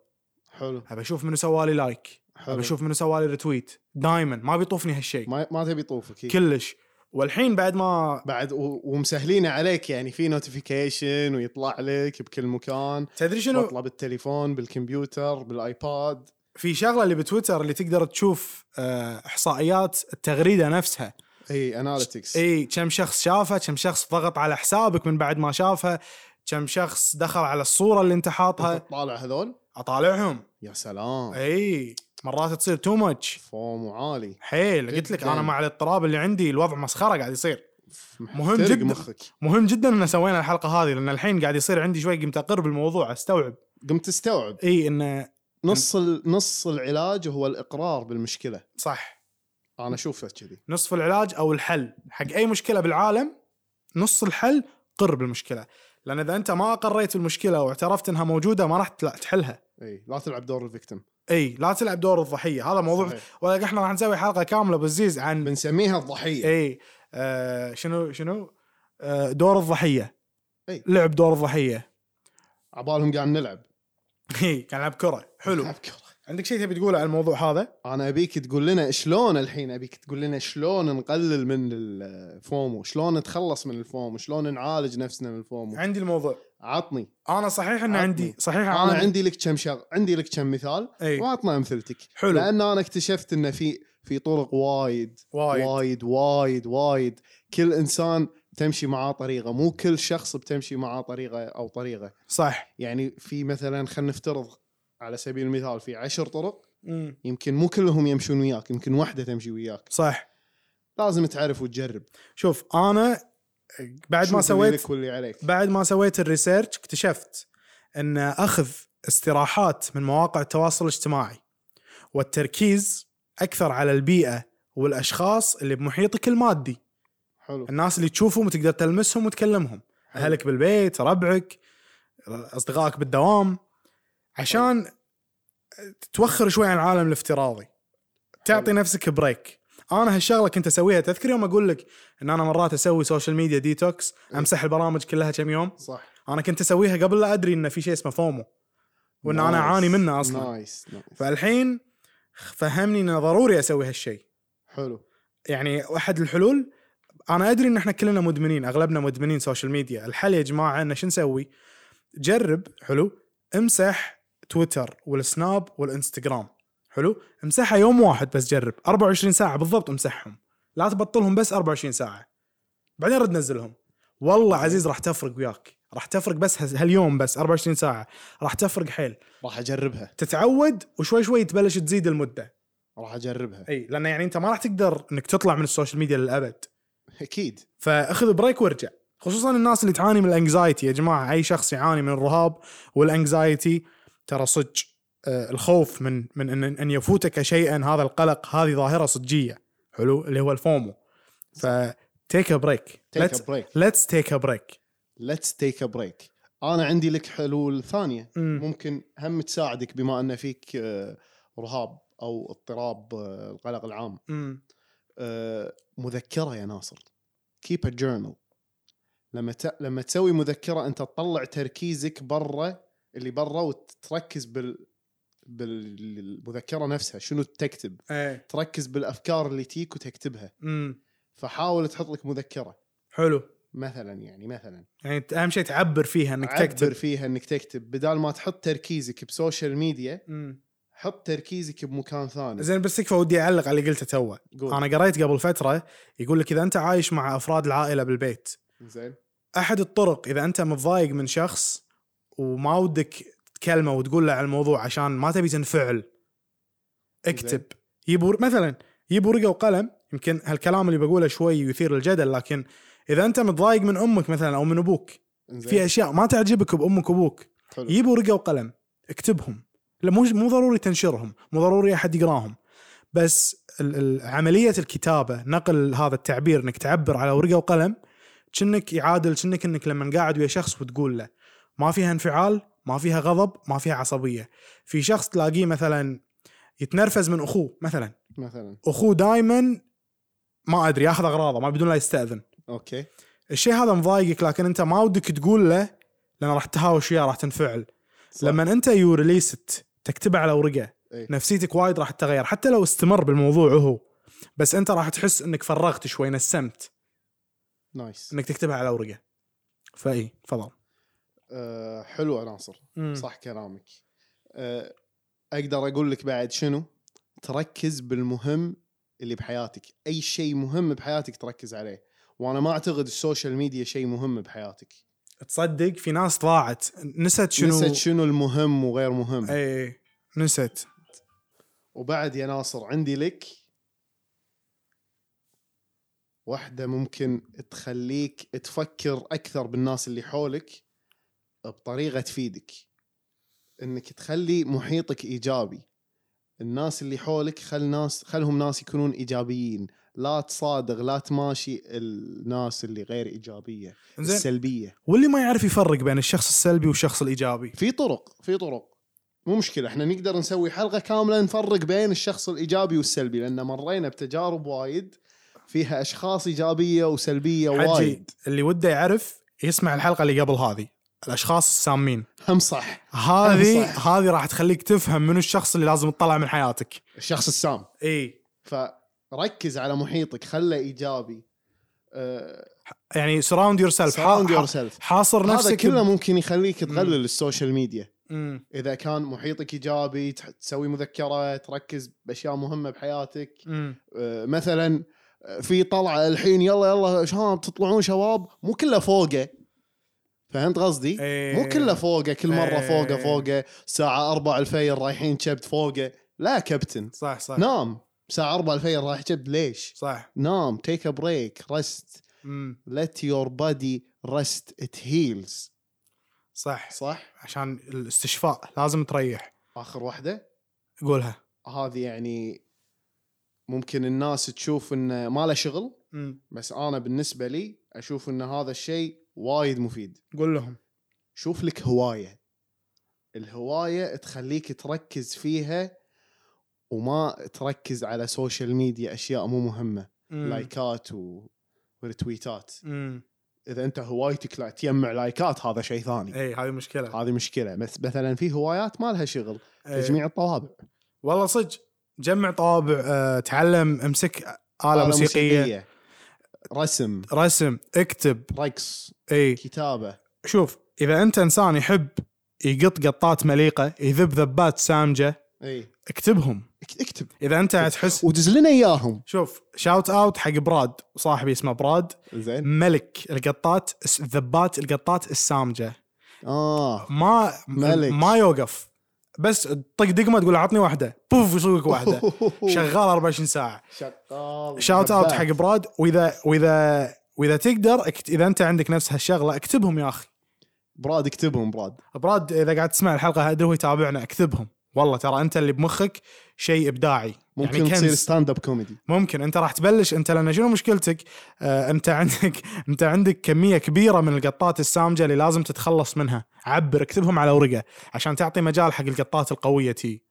[SPEAKER 2] حلو
[SPEAKER 3] ابي اشوف منو سوالي لايك
[SPEAKER 2] حلو
[SPEAKER 3] بشوف منو سوالي ريتويت دائما ما بيطوفني هالشيء
[SPEAKER 2] ما, ما تبي طوفك إي.
[SPEAKER 3] كلش والحين بعد ما
[SPEAKER 2] بعد و... ومسهلين عليك يعني في نوتيفيكيشن ويطلع لك بكل مكان
[SPEAKER 3] تدري شنو
[SPEAKER 2] تطلع بالتليفون بالكمبيوتر بالايباد
[SPEAKER 3] في شغله اللي بتويتر اللي تقدر تشوف آه، احصائيات التغريده نفسها
[SPEAKER 2] اي اناليتكس
[SPEAKER 3] اي كم شخص شافها كم شخص ضغط على حسابك من بعد ما شافها كم شخص دخل على الصوره اللي انت حاطها
[SPEAKER 2] طالع هذول
[SPEAKER 3] اطالعهم
[SPEAKER 2] يا سلام
[SPEAKER 3] اي مرات تصير تو ماتش
[SPEAKER 2] فوم وعالي
[SPEAKER 3] حيل قلت لك انا
[SPEAKER 2] جداً.
[SPEAKER 3] مع الاضطراب اللي عندي الوضع مسخره قاعد يصير مهم
[SPEAKER 2] محترق
[SPEAKER 3] جداً.
[SPEAKER 2] مخك
[SPEAKER 3] مهم جدا ان سوينا الحلقه هذه لان الحين قاعد يصير عندي شوي قمت اقر بالموضوع استوعب
[SPEAKER 2] قمت تستوعب
[SPEAKER 3] اي انه
[SPEAKER 2] نص ال... نص العلاج هو الاقرار بالمشكله
[SPEAKER 3] صح
[SPEAKER 2] انا اشوفه كذي
[SPEAKER 3] نصف العلاج او الحل حق اي مشكله بالعالم نص الحل قر بالمشكله لان اذا انت ما قريت المشكله واعترفت انها موجوده ما راح تلا- تحلها
[SPEAKER 2] اي لا تلعب دور الفيكتم
[SPEAKER 3] اي لا تلعب دور الضحيه هذا موضوع
[SPEAKER 2] صحيح.
[SPEAKER 3] ولا احنا راح نسوي حلقه كامله بالزيز عن
[SPEAKER 2] بنسميها الضحيه
[SPEAKER 3] اي آه شنو شنو آه دور الضحيه
[SPEAKER 2] إي.
[SPEAKER 3] لعب دور الضحيه
[SPEAKER 2] عبالهم قاعد نلعب
[SPEAKER 3] اي كان لعب كره حلو
[SPEAKER 2] نلعب كرة.
[SPEAKER 3] عندك شيء تبي تقوله عن الموضوع هذا
[SPEAKER 2] انا ابيك تقول لنا شلون الحين ابيك تقول لنا شلون نقلل من الفومو شلون نتخلص من الفومو شلون نعالج نفسنا من الفومو
[SPEAKER 3] عندي الموضوع
[SPEAKER 2] عطني
[SPEAKER 3] انا صحيح ان
[SPEAKER 2] عطني.
[SPEAKER 3] عندي صحيح
[SPEAKER 2] انا عندي لك كم شغ... عندي لك كم مثال
[SPEAKER 3] اي
[SPEAKER 2] وعطنا امثلتك
[SPEAKER 3] حلو.
[SPEAKER 2] لان انا اكتشفت انه في في طرق وايد
[SPEAKER 3] وايد
[SPEAKER 2] وايد وايد وايد كل انسان تمشي معاه طريقه مو كل شخص بتمشي معاه طريقه او طريقه
[SPEAKER 3] صح
[SPEAKER 2] يعني في مثلا خلينا نفترض على سبيل المثال في عشر طرق
[SPEAKER 3] مم.
[SPEAKER 2] يمكن مو كلهم يمشون وياك يمكن واحده تمشي وياك
[SPEAKER 3] صح
[SPEAKER 2] لازم تعرف وتجرب
[SPEAKER 3] شوف انا بعد
[SPEAKER 2] شوف
[SPEAKER 3] ما
[SPEAKER 2] اللي
[SPEAKER 3] سويت
[SPEAKER 2] لك واللي عليك
[SPEAKER 3] بعد ما سويت الريسيرش اكتشفت ان اخذ استراحات من مواقع التواصل الاجتماعي والتركيز اكثر على البيئه والاشخاص اللي بمحيطك المادي
[SPEAKER 2] حلو
[SPEAKER 3] الناس اللي تشوفهم وتقدر تلمسهم وتكلمهم
[SPEAKER 2] حلو.
[SPEAKER 3] اهلك بالبيت ربعك اصدقائك بالدوام عشان توخر شوي عن العالم الافتراضي تعطي نفسك بريك انا هالشغله كنت اسويها تذكر يوم اقول لك ان انا مرات اسوي سوشيال ميديا ديتوكس
[SPEAKER 2] إيه.
[SPEAKER 3] امسح البرامج كلها كم يوم
[SPEAKER 2] صح
[SPEAKER 3] انا كنت اسويها قبل لا ادري ان في شيء اسمه فومو وان انا
[SPEAKER 2] Nice.
[SPEAKER 3] اعاني منه اصلا
[SPEAKER 2] نايس نايس.
[SPEAKER 3] فالحين فهمني انه ضروري اسوي هالشيء
[SPEAKER 2] حلو
[SPEAKER 3] يعني احد الحلول انا ادري ان احنا كلنا مدمنين اغلبنا مدمنين سوشيال ميديا الحل يا جماعه ان شو نسوي جرب حلو امسح تويتر والسناب والانستغرام حلو امسحها يوم واحد بس جرب 24 ساعه بالضبط امسحهم لا تبطلهم بس 24 ساعه بعدين رد نزلهم والله عزيز راح تفرق وياك راح تفرق بس هز- هاليوم بس 24 ساعه راح تفرق حيل
[SPEAKER 2] راح اجربها
[SPEAKER 3] تتعود وشوي شوي تبلش تزيد المده
[SPEAKER 2] راح اجربها
[SPEAKER 3] اي لان يعني انت ما راح تقدر انك تطلع من السوشيال ميديا للابد
[SPEAKER 2] اكيد
[SPEAKER 3] فاخذ بريك وارجع خصوصا الناس اللي تعاني من الانكزايتي يا جماعه اي شخص يعاني من الرهاب والانكزايتي ترى صج آه، الخوف من من ان, أن يفوتك شيئا هذا القلق هذه ظاهره صجيه حلو اللي هو الفومو ف تيك ا بريك
[SPEAKER 2] تيك ا بريك
[SPEAKER 3] ليتس تيك ا بريك
[SPEAKER 2] ليتس تيك ا بريك انا عندي لك حلول ثانيه ممكن هم تساعدك بما ان فيك آه، رهاب او اضطراب آه، القلق العام آه، مذكره يا ناصر كيب ا جورنال لما ت... لما تسوي مذكره انت تطلع تركيزك برا اللي برا وتركز بال بالمذكره نفسها شنو تكتب
[SPEAKER 3] ايه
[SPEAKER 2] تركز بالافكار اللي تيك وتكتبها
[SPEAKER 3] امم
[SPEAKER 2] فحاول تحط لك مذكره
[SPEAKER 3] حلو
[SPEAKER 2] مثلا يعني مثلا
[SPEAKER 3] يعني اهم شيء تعبر فيها انك
[SPEAKER 2] عبر
[SPEAKER 3] تكتب
[SPEAKER 2] فيها انك تكتب بدال ما تحط تركيزك بسوشيال ميديا
[SPEAKER 3] مم.
[SPEAKER 2] حط تركيزك بمكان ثاني
[SPEAKER 3] زين بس تكفى ودي اعلق على اللي قلته توه
[SPEAKER 2] قول.
[SPEAKER 3] انا قريت قبل فتره يقول لك اذا انت عايش مع افراد العائله بالبيت
[SPEAKER 2] زين
[SPEAKER 3] احد الطرق اذا انت متضايق من شخص وما ودك تكلمه وتقول له على الموضوع عشان ما تبي تنفعل اكتب يجيب ور- مثلا يجيب ورقه وقلم يمكن هالكلام اللي بقوله شوي يثير الجدل لكن اذا انت متضايق من امك مثلا او من ابوك في
[SPEAKER 2] زين
[SPEAKER 3] اشياء ما تعجبك بامك وابوك
[SPEAKER 2] حلو.
[SPEAKER 3] يجيب ورقه وقلم اكتبهم لا مو مو ضروري تنشرهم مو ضروري احد يقراهم بس ال- ال- عمليه الكتابه نقل هذا التعبير انك تعبر على ورقه وقلم كأنك يعادل كأنك انك لما قاعد ويا شخص وتقول له ما فيها انفعال ما فيها غضب ما فيها عصبيه في شخص تلاقيه مثلا يتنرفز من اخوه مثلا
[SPEAKER 2] مثلا
[SPEAKER 3] اخوه دائما ما ادري ياخذ اغراضه ما بدون لا يستاذن
[SPEAKER 2] اوكي
[SPEAKER 3] الشيء هذا مضايقك لكن انت ما ودك تقول له لان راح تهاوش وياه راح تنفعل
[SPEAKER 2] صح.
[SPEAKER 3] لما انت يو ريليست تكتبه على ورقه
[SPEAKER 2] إيه.
[SPEAKER 3] نفسيتك وايد راح تتغير حتى لو استمر بالموضوع هو بس انت راح تحس انك فرغت شوي نسمت
[SPEAKER 2] نايس
[SPEAKER 3] انك تكتبها على ورقه فاي تفضل
[SPEAKER 2] آه حلو يا ناصر صح كلامك أه، اقدر اقول لك بعد شنو تركز بالمهم اللي بحياتك اي شيء مهم بحياتك تركز عليه وانا ما اعتقد السوشيال ميديا شيء مهم بحياتك
[SPEAKER 3] تصدق في ناس ضاعت نست شنو
[SPEAKER 2] شنو نسيت شنو المهم وغير مهم أي.
[SPEAKER 3] اي نست
[SPEAKER 2] وبعد يا ناصر عندي لك واحدة ممكن تخليك تفكر أكثر بالناس اللي حولك بطريقة تفيدك انك تخلي محيطك ايجابي الناس اللي حولك خل ناس خلهم ناس يكونون ايجابيين لا تصادق لا تماشي الناس اللي غير ايجابيه
[SPEAKER 3] زين
[SPEAKER 2] السلبيه
[SPEAKER 3] واللي ما يعرف يفرق بين الشخص السلبي والشخص الايجابي
[SPEAKER 2] في طرق في طرق مو مشكله احنا نقدر نسوي حلقه كامله نفرق بين الشخص الايجابي والسلبي لان مرينا بتجارب وايد فيها اشخاص ايجابيه وسلبيه
[SPEAKER 3] حجي
[SPEAKER 2] وايد
[SPEAKER 3] اللي وده يعرف يسمع الحلقه اللي قبل هذه الاشخاص السامين
[SPEAKER 2] هم صح
[SPEAKER 3] هذه
[SPEAKER 2] إيه، صح.
[SPEAKER 3] هذه راح تخليك تفهم منو الشخص اللي لازم تطلع من حياتك
[SPEAKER 2] الشخص السام
[SPEAKER 3] اي
[SPEAKER 2] فركز على محيطك خله ايجابي أه
[SPEAKER 3] يعني سراوند يور سيلف
[SPEAKER 2] surround yourself.
[SPEAKER 3] حاصر
[SPEAKER 2] هذا
[SPEAKER 3] نفسك
[SPEAKER 2] كله ممكن يخليك تقلل السوشيال ميديا
[SPEAKER 3] مم.
[SPEAKER 2] اذا كان محيطك ايجابي تح- تسوي مذكره تركز باشياء مهمه بحياتك
[SPEAKER 3] مم.
[SPEAKER 2] أه، مثلا أه، في طلعه الحين يلا يلا شباب تطلعون شباب مو كله فوقه فهمت قصدي؟
[SPEAKER 3] إيه.
[SPEAKER 2] مو كله فوقه كل مره
[SPEAKER 3] إيه.
[SPEAKER 2] فوقه فوقه الساعه 4 الفجر رايحين شبت فوقه لا كابتن
[SPEAKER 3] صح صح
[SPEAKER 2] نام الساعه 4 الفجر رايح شبت ليش؟
[SPEAKER 3] صح
[SPEAKER 2] نام تيك ا بريك ريست
[SPEAKER 3] مم.
[SPEAKER 2] let your body rest it heals
[SPEAKER 3] صح
[SPEAKER 2] صح
[SPEAKER 3] عشان الاستشفاء لازم تريح
[SPEAKER 2] اخر واحده
[SPEAKER 3] قولها
[SPEAKER 2] هذه يعني ممكن الناس تشوف انه ما له شغل
[SPEAKER 3] مم.
[SPEAKER 2] بس انا بالنسبه لي اشوف ان هذا الشيء وايد مفيد
[SPEAKER 3] قول لهم
[SPEAKER 2] شوف لك هوايه الهوايه تخليك تركز فيها وما تركز على سوشيال ميديا اشياء مو مهمه
[SPEAKER 3] مم.
[SPEAKER 2] لايكات و... ورتويتات
[SPEAKER 3] مم.
[SPEAKER 2] اذا انت هوايتك لا تجمع لايكات هذا شيء ثاني
[SPEAKER 3] اي إيه، هذه مشكله
[SPEAKER 2] هذه مشكله بس مثلا في هوايات ما لها شغل
[SPEAKER 3] إي.
[SPEAKER 2] تجميع الطوابع
[SPEAKER 3] إيه، والله صدق جمع طوابع آه، تعلم امسك آلة
[SPEAKER 2] آلة
[SPEAKER 3] موسيقية
[SPEAKER 2] رسم
[SPEAKER 3] رسم اكتب
[SPEAKER 2] رقص
[SPEAKER 3] اي
[SPEAKER 2] كتابه
[SPEAKER 3] شوف اذا انت انسان يحب يقط قطات مليقة يذب ذبات سامجة
[SPEAKER 2] اي
[SPEAKER 3] اكتبهم
[SPEAKER 2] إيه. اك- اكتب
[SPEAKER 3] اذا انت تحس
[SPEAKER 2] ودز لنا اياهم
[SPEAKER 3] شوف شاوت اوت حق براد صاحبي اسمه براد
[SPEAKER 2] زين
[SPEAKER 3] ملك القطات الس- ذبات القطات السامجه
[SPEAKER 2] اه
[SPEAKER 3] ما
[SPEAKER 2] ملك.
[SPEAKER 3] ما يوقف بس طق دقمه تقول اعطني واحده بوف
[SPEAKER 2] [LAUGHS]
[SPEAKER 3] يسوق واحده شغال 24 ساعه
[SPEAKER 2] شغال
[SPEAKER 3] شاوت اوت
[SPEAKER 2] دباب.
[SPEAKER 3] حق براد واذا واذا واذا تقدر اكت- اذا انت عندك نفس هالشغله اكتبهم يا اخي
[SPEAKER 2] براد اكتبهم
[SPEAKER 3] يعني
[SPEAKER 2] براد
[SPEAKER 3] براد اذا قاعد تسمع الحلقه ادري هو يتابعنا اكتبهم والله ترى انت اللي بمخك شيء ابداعي
[SPEAKER 2] ممكن
[SPEAKER 3] يعني
[SPEAKER 2] تصير
[SPEAKER 3] كنز
[SPEAKER 2] ستاند اب
[SPEAKER 3] [LAUGHS]
[SPEAKER 2] كوميدي
[SPEAKER 3] ممكن انت راح تبلش انت لان شنو مشكلتك؟ آه انت عندك [LAUGHS] انت عندك كميه كبيره من القطات السامجه اللي لازم تتخلص منها، عبر اكتبهم على ورقه عشان تعطي مجال حق القطات القويه تي،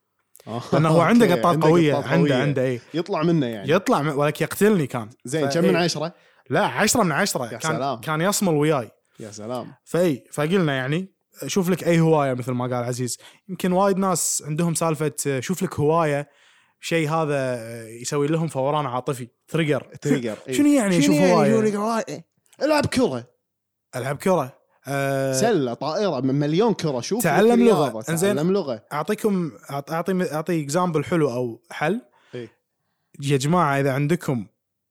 [SPEAKER 3] لانه هو عنده قطات قويه عنده عنده إيه. اي
[SPEAKER 2] يطلع منه يعني
[SPEAKER 3] يطلع م- ولك يقتلني كان
[SPEAKER 2] زين
[SPEAKER 3] فا-
[SPEAKER 2] كم من
[SPEAKER 3] إي.
[SPEAKER 2] عشره؟
[SPEAKER 3] لا عشرة من عشرة
[SPEAKER 2] يا
[SPEAKER 3] كان
[SPEAKER 2] سلام.
[SPEAKER 3] كان يصمل وياي
[SPEAKER 2] يا سلام
[SPEAKER 3] فاي فقلنا يعني شوف لك اي هوايه مثل ما قال عزيز يمكن وايد ناس عندهم سالفه آه، شوف لك هوايه شيء هذا آه، يسوي لهم فوران عاطفي تريجر [LAUGHS]
[SPEAKER 2] تريجر إي.
[SPEAKER 3] شنو يعني شوف إيه. هوايه
[SPEAKER 2] هوايه؟ العب كره
[SPEAKER 3] العب كره أه
[SPEAKER 2] سله طائره من مليون كره شوف
[SPEAKER 3] تعلم
[SPEAKER 2] لك
[SPEAKER 3] لغة.
[SPEAKER 2] رياضة،
[SPEAKER 3] إنزين.
[SPEAKER 2] تعلم لغه
[SPEAKER 3] اعطيكم أعط- اعطي اعطي اكزامبل حلو او حل
[SPEAKER 2] إيه.
[SPEAKER 3] يا جماعه اذا عندكم